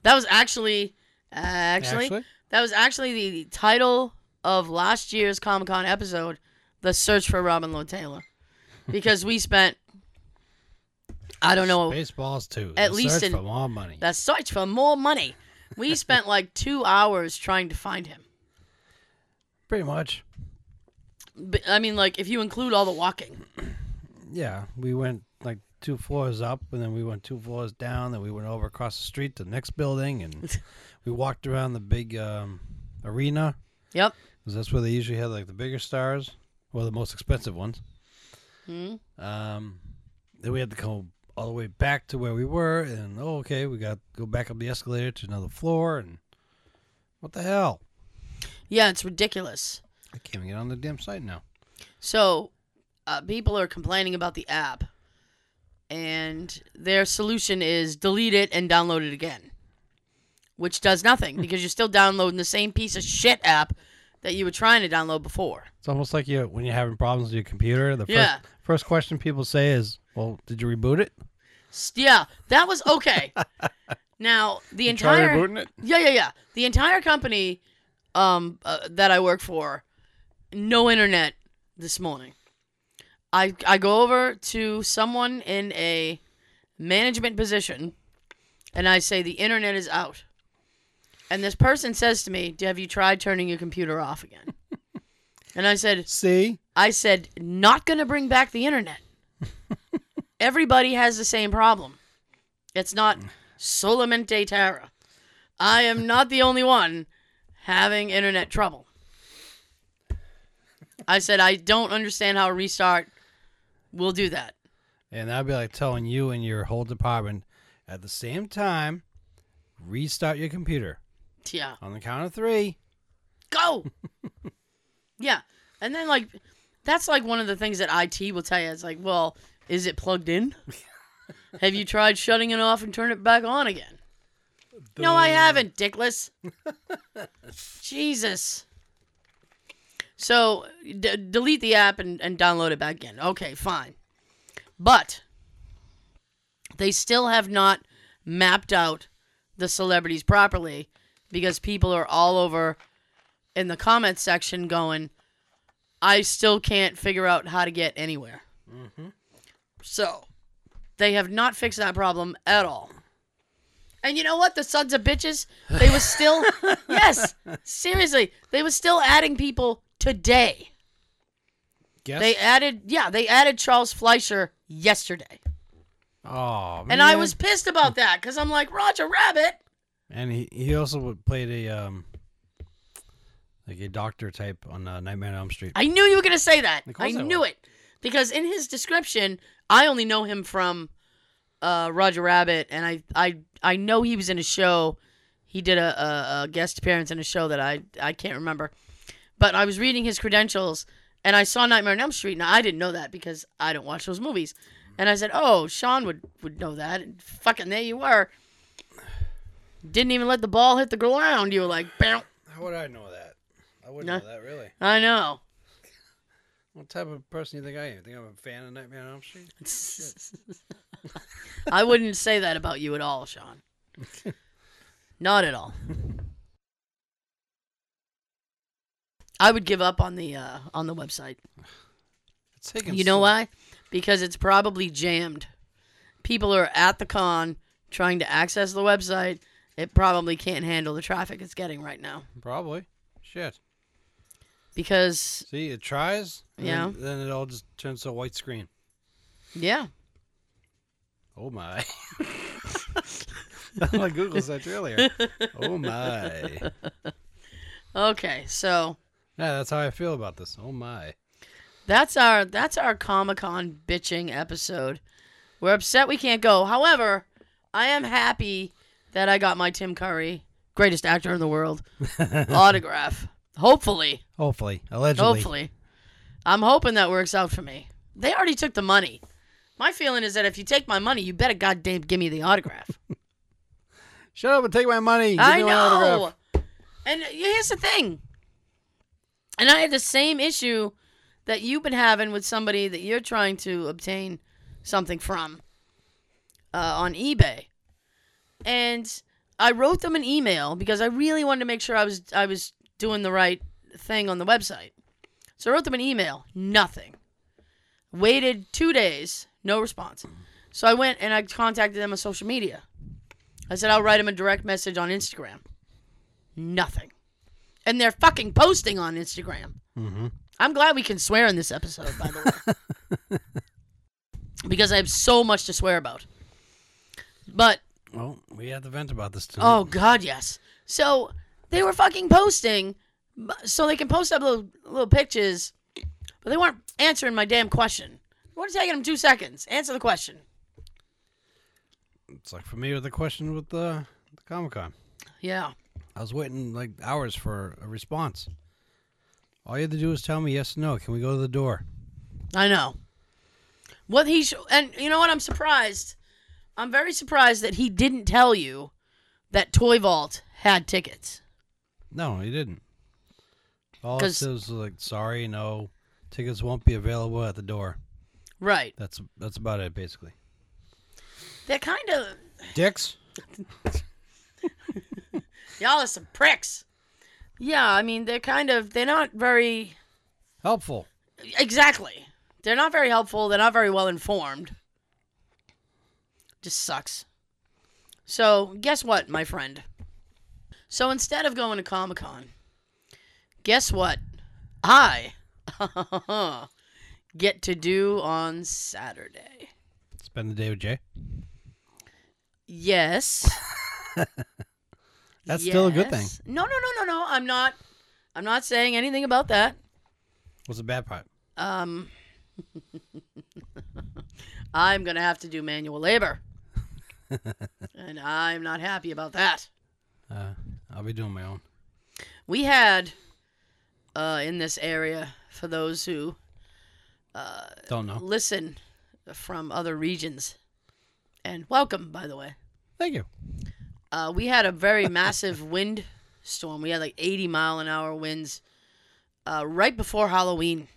S2: That was actually, actually,
S3: Actually?
S2: that was actually the title of last year's Comic Con episode, "The Search for Robin Lord Taylor," because we spent, I don't know,
S3: Baseballs too.
S2: At
S3: The
S2: least
S3: search
S2: in-
S3: for more money.
S2: the search for more money. We spent like two hours trying to find him.
S3: Pretty much.
S2: But, I mean, like if you include all the walking,
S3: Yeah, we went like two floors up, and then we went two floors down, then we went over across the street to the next
S2: [laughs]
S3: building, and we walked around the big um, arena
S2: yep.
S3: 'cause that's where they usually have like the bigger stars or the most expensive ones.
S2: Hmm.
S3: Um, then we had to come all the way back to where we were, and oh, okay, we got to go back up the escalator to another floor, and what the hell?
S2: Yeah, it's ridiculous.
S3: I can't even get on the damn site now.
S2: So, uh, people are complaining about the app, and their solution is delete it and download it again, which does nothing because you're still downloading the same piece of shit app that you were trying to download before.
S3: It's almost like you when you're having problems with your computer. The first,
S2: Yeah.
S3: first question people say is, "Well, did you reboot it?"
S2: S- Yeah, that was okay. now the
S3: Try
S2: entire
S3: rebooting it.
S2: yeah yeah yeah the entire company, um, uh, that I work for, no internet this morning. I I go over to someone in a management position, and I say the internet is out, and this person says to me, "Have you tried turning your computer off again?" [laughs] and I said,
S3: See,
S2: I said, not going to bring back the internet. Everybody has the same problem. It's not solamente terra. I am not the only one having internet trouble. I said, I don't understand how restart will do that.
S3: And that'd be like telling you and your whole department at the same time, restart your computer
S2: Yeah.
S3: on the count of three.
S2: go. yeah, and then like that's like one of the things that IT will tell you. It's like, well, is it plugged in? Have you tried shutting it off and turn it back on again? No, I haven't, Dickless. Jesus. So d- delete the app and, and download it back again. Okay, fine. But they still have not mapped out the celebrities properly because people are all over in the comments section going, I still can't figure out how to get anywhere. So they have not fixed that problem at all. And you know what? The sons of bitches, they were still, yes, seriously, they were still adding people today.
S3: Guess.
S2: They added, yeah, they added Charles Fleischer yesterday.
S3: oh,
S2: And I was pissed about that because I'm like, Roger Rabbit.
S3: And he, he also would- played a um, like a doctor type on uh, Nightmare on Elm Street.
S2: I knew you were going to say that.
S3: Of
S2: I
S3: course I
S2: knew
S3: would.
S2: it. Because in his description, I only know him from uh, Roger Rabbit, and I, I, I know he was in a show. He did a, a, a guest appearance in a show that I, I can't remember. But I was reading his credentials, and I saw Nightmare on Elm Street. Now, I didn't know that because I don't watch those movies. And I said, oh, Sean would, would know that. And fucking, there you were. Didn't even let the ball hit the ground. You were like, Bow.
S3: How would I know that? I wouldn't
S2: No.
S3: know that really.
S2: I know.
S3: What type of person do you think I am? You think I'm a fan of Nightmare on Elm Street?
S2: [laughs] I wouldn't say that about you at all, Sean. Not at all. I would give up on the uh, on the website.
S3: It's taking
S2: You know
S3: so-
S2: why? Because it's probably jammed. People are at the con trying to access the website. It probably can't handle the traffic it's getting right now.
S3: Probably. Shit.
S2: Because
S3: See, it tries. and
S2: Yeah.
S3: Then, then it all just turns to a white screen.
S2: yeah, [laughs]
S3: Oh my. [laughs] That's what Google search earlier. Oh my. Yeah,
S2: okay, so
S3: that's how I feel about this. Oh my.
S2: that's our that's our Comic Con bitching episode. We're upset we can't go. However, I am happy that I got my Tim Curry, greatest actor in the world, autograph. Hopefully,
S3: Hopefully. Allegedly.
S2: Hopefully. I'm hoping that works out for me. They already took the money. My feeling is that if you take my money, you better goddamn give me the autograph.
S3: Shut up and take my money. Give
S2: I
S3: me my
S2: know.
S3: autograph.
S2: And here's the thing. And I had the same issue that you've been having with somebody that you're trying to obtain something from uh, on eBay. And I wrote them an email because I really wanted to make sure I was I was doing the right thing on the website. So I wrote them an email. Nothing. Waited two days, no response. So I went and I contacted them on social media. I said I'll write them a direct message on Instagram. Nothing. And they're fucking posting on Instagram. I'm glad we can swear in this episode, by the way. because I have so much to swear about. But
S3: Well, we had to vent about this tonight.
S2: Oh God, yes. So they were fucking posting, bu- so they can post up little little pictures, but they weren't answering my damn question. What taking them two seconds? Answer the question.
S3: It's like for me with the question with the, the Comic Con.
S2: Yeah,
S3: I was waiting like hours for a response. All you had to do was tell me yes or no. Can we go to the door?
S2: I know. What he sh- and you know what? I'm surprised. I'm very surprised that he didn't tell you that Toy Vault had tickets.
S3: No, he didn't. All it
S2: 'Cause-
S3: says was like, sorry, no, tickets won't be available at the door.
S2: Right.
S3: That's that's about it, basically.
S2: They're kind of
S3: Dicks.
S2: y'all are some pricks. Yeah, I mean they're kind of they're not very
S3: Helpful.
S2: Exactly. They're not very helpful. They're not very well informed. Just sucks. So, guess what, my friend? So, instead of going to Comic Con, guess what? I [laughs] get to do on Saturday.
S3: Spend the day with Jay.
S2: Yes.
S3: That's still a good thing.
S2: yes. No, no, no, no, no. I'm not. I'm not saying anything about that.
S3: What's the bad part?
S2: Um, [laughs] I'm gonna have to do manual labor, and I'm not happy about that.
S3: Uh, I'll be doing my own.
S2: We had uh, in this area for those who uh,
S3: Don't know.
S2: listen from other regions, and welcome, by the way.
S3: Thank you.
S2: Uh, we had a very massive wind storm. We had like 80 mile an hour winds uh, right before Halloween,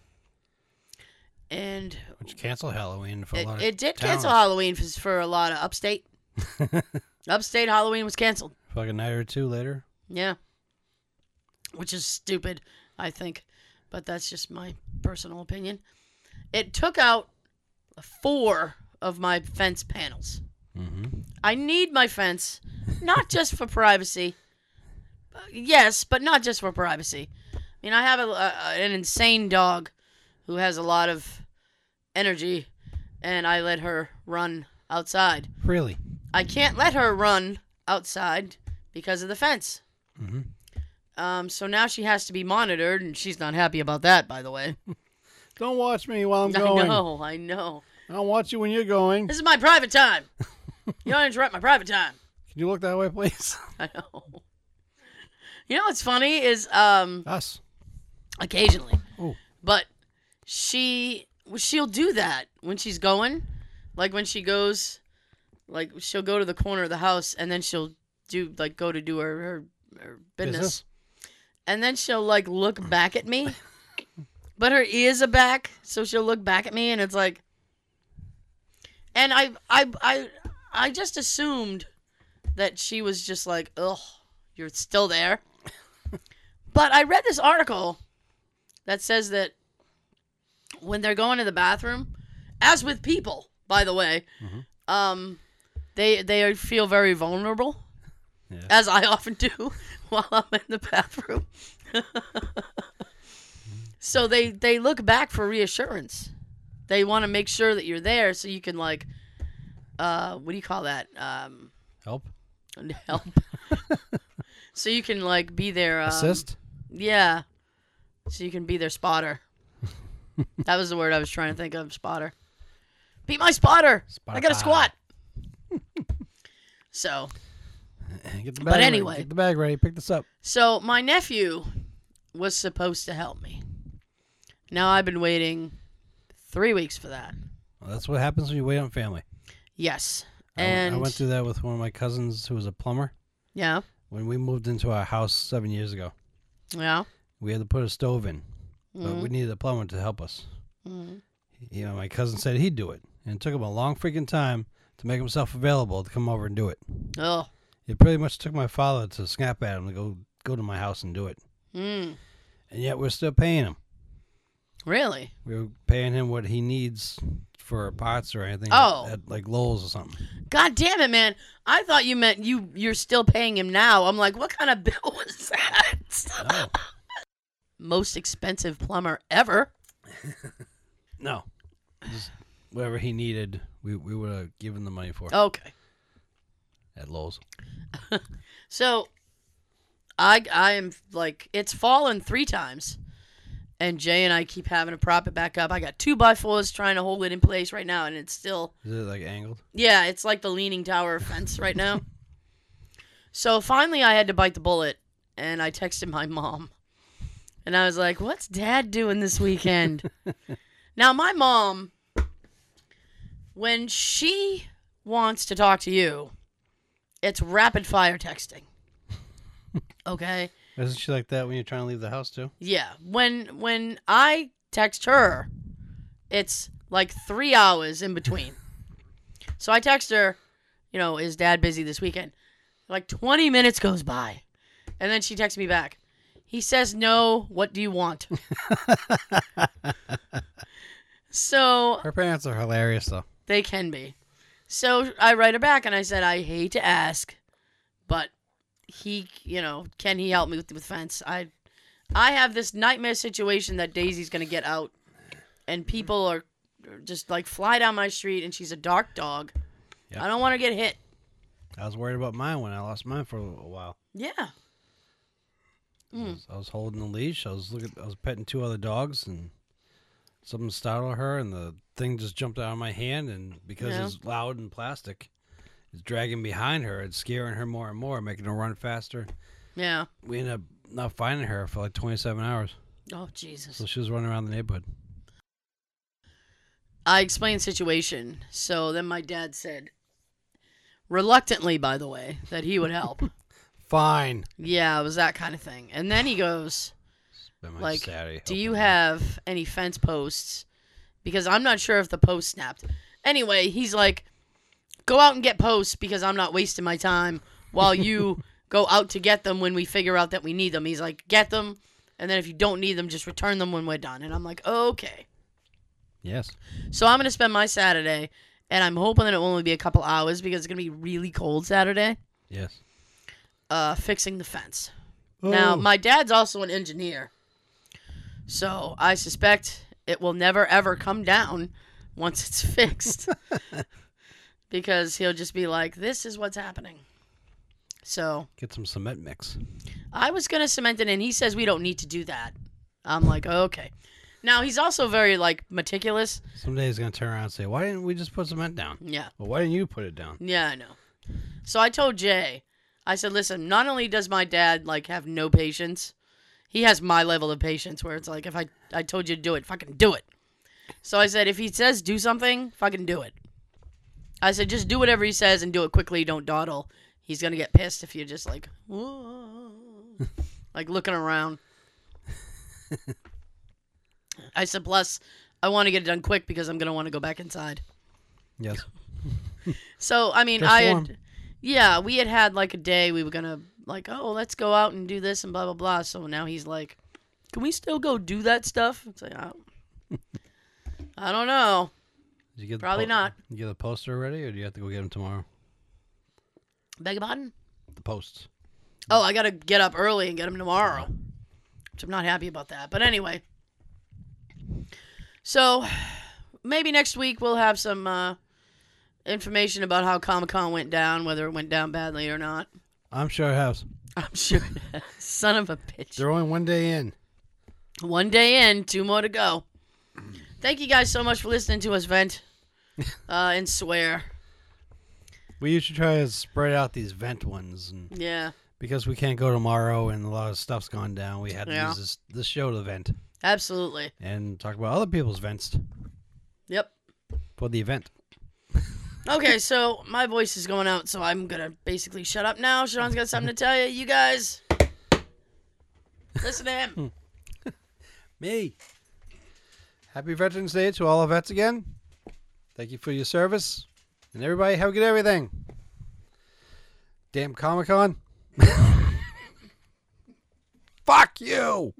S2: and
S3: Which cancel Halloween for a
S2: it,
S3: lot of
S2: it did
S3: towns.
S2: cancel Halloween for, for a lot of
S3: [laughs]
S2: upstate. upstate Halloween was canceled.
S3: For like a night or two later.
S2: Yeah. Which is stupid, I think. But that's just my personal opinion. It took out four of my fence panels.
S3: Mm-hmm.
S2: I need my fence, not just for privacy. Uh, Yes, but not just for privacy. I mean, I have a, a, an insane dog who has a lot of energy, and I let her run outside.
S3: Really?
S2: I can't let her run outside because of the fence.
S3: Mhm.
S2: Um, so now she has to be monitored, and she's not happy about that, by the way.
S3: Don't watch me while
S2: [laughs]
S3: I'm
S2: I
S3: going.
S2: know, I know.
S3: I'll watch you when you're going.
S2: This is my private time. you don't interrupt my private time.
S3: Can you look that way, please? [laughs]
S2: I know. You know what's funny is um
S3: Us.
S2: occasionally,
S3: Oh.
S2: but she she'll do that when she's going, like when she goes, like she'll go to the corner of the house and then she'll do like go to do her her, her business.
S3: Business?
S2: and then she'll like look back at me, but her ears are back, so she'll look back at me and it's like, and I I I I just assumed that she was just like, ugh, you're still there. But I read this article that says that when they're going to the bathroom, as with people, by the way, um, they they feel very vulnerable,
S3: Yeah.
S2: as I often do [laughs] while I'm in the bathroom. so they they look back for reassurance. They want to make sure that you're there so you can like, uh, what do you call that? Um, [laughs]
S5: Help.
S2: help. so you can like be there. Um,
S5: Assist.
S2: yeah. So you can be their spotter. that was the word I was trying to think of, spotter. Be my spotter. I got
S5: Spotter.
S2: to squat. so,
S3: Get the
S2: But
S3: bag ready.
S2: anyway.
S3: Get the bag ready. Pick this up.
S2: so my nephew was supposed to help me. Now I've been waiting 3 weeks for that.
S3: Well, that's what happens when you wait on family.
S2: Yes.
S3: I w-
S2: And
S3: I went through that with one of my cousins who was a plumber.
S2: yeah.
S3: When we moved into our house seven years ago,
S2: Yeah.
S3: we had to put a stove in, but
S2: Mm-hmm.
S3: we needed a plumber to help us.
S2: Mhm.
S3: You know, my cousin said he'd do it, and it took him a long freaking time to make himself available to come over and do it.
S2: Oh.
S3: It pretty much took my father to snap at him to go go to my house and do it,
S2: Mm.
S3: and yet we're still paying him.
S2: Really?
S3: We were paying him what he needs for parts or anything.
S2: Oh.
S3: at, at, like Lowe's or something.
S2: God damn it, man. I thought you meant you you're still paying him now. I'm like, what kind of [laughs] bill was that?
S3: No,
S2: Most expensive plumber ever.
S3: no, just whatever he needed, we we would have given the money for
S2: Okay.
S3: at Lowe's.
S2: So I I am like it's fallen three times. And Jay and I keep having to prop it back up. I got two by fours trying to hold it in place right now and it's still
S3: Is it like angled?
S2: yeah, it's like the leaning tower fence right now. so finally I had to bite the bullet and I texted my mom. And I was like, What's dad doing this weekend? now my mom when she wants to talk to you, it's rapid fire texting. Okay?
S3: Isn't she like that when you're trying to leave the house too?
S2: Yeah. When when I text her, it's like three hours in between. so I text her, you know, is dad busy this weekend? Like twenty minutes goes by. And then she texts me back. He says no, what do you want? so
S3: Her parents are hilarious though.
S2: they can be. So I write her back and I said, I hate to ask, but he, you know, can he help me with, with fence? I, I have this nightmare situation that Daisy's gonna get out, and people are are just like fly down my street, and she's a dark dog.
S3: Yep.
S2: I don't want to get hit.
S3: I was worried about mine when I lost mine for a little while.
S2: Yeah.
S3: I,
S2: Mm.
S3: was, I was holding the leash. I was looking. I was petting two other dogs, and something startled her, and the thing just jumped out of my hand. And because
S2: Yeah.
S3: it's loud and plastic, it's dragging behind her. It's scaring her more and more, making her run faster.
S2: Yeah.
S3: We ended up not finding her for like 27 hours.
S2: Oh
S3: So
S2: Jesus.
S3: she was running around the neighborhood.
S2: I explained the situation. So then my dad said, reluctantly, by the way, that he would help.
S3: Fine.
S2: yeah, it was that kind of thing. And then he goes.
S3: Spent my
S2: like
S3: Saturday
S2: do
S3: helping
S2: you
S3: her.
S2: have any fence posts because i'm not sure if the post snapped anyway he's like go out and get posts because i'm not wasting my time while you go out to get them when we figure out that we need them he's like get them and then if you don't need them just return them when we're done and i'm like okay
S3: Yes.
S2: so i'm going to spend my saturday and i'm hoping that it will only be a couple hours because it's going to be really cold saturday
S3: Yes.
S2: uh, fixing the fence
S3: Oh. Mm.
S2: now, my dad's also an engineer. So I suspect it will never ever come down once it's [laughs] fixed. because he'll just be like, this is what's happening. So
S3: Get some cement mix.
S2: I was going to cement it in. He says we don't need to do that. I'm like, okay. Now, he's also very, like, meticulous.
S3: Someday he's gonna turn around and say, "Why didn't we just put cement down?"
S2: Yeah.
S3: Well, why didn't you put
S2: [laughs]
S3: it down?
S2: Yeah, I know. So I told Jay, I said, listen, not only does my dad like have no patience, he has my level of patience where it's like if I I told you to do it, fucking do it. So I said, if he says do something, fucking do it. I said, just do whatever he says and do it quickly. Don't dawdle. He's gonna get pissed if you're just like, Whoa. like looking around. I said, plus, I want to get it done quick because I'm gonna want to go back inside.
S3: Yes.
S2: So I mean,
S3: Dress
S2: I had,
S3: warm.
S2: yeah, we had had like a day we were gonna like, oh, let's go out and do this and blah blah blah. So now he's like, Can we still go do that stuff? It's like, I don't, [laughs] I don't know.
S3: Did you get the
S2: Probably not.
S3: You get the poster ready, or do you have to go get them tomorrow?
S2: Beg your pardon?
S3: The posts.
S2: Oh, I gotta get up early and get them tomorrow, which I'm not happy about that. But anyway, so maybe next week we'll have some uh, information about how Comic Con went down, whether it went down badly or not.
S3: I'm sure it has.
S2: I'm sure. it has. Son of a bitch.
S3: They're only one day in.
S2: One day in, two more to go. Thank you guys so much for listening to us vent uh, and swear.
S3: We usually try to spread out these vent ones, and
S2: Yeah,
S3: because we can't go tomorrow, and a lot of stuff's gone down, we had to
S2: Yeah.
S3: use this this show to vent
S2: absolutely.
S3: and talk about other people's vents
S2: Yep.
S3: for the event.
S2: Okay, so my voice is going out, so I'm gonna basically shut up now. Sean's got something to tell you. You guys, listen to him.
S3: Me.
S6: Happy Veterans Day to all our vets again. Thank you for your service. And everybody, have a good everything.
S3: Damn
S6: [laughs]
S3: Comic Con.
S6: Fuck you!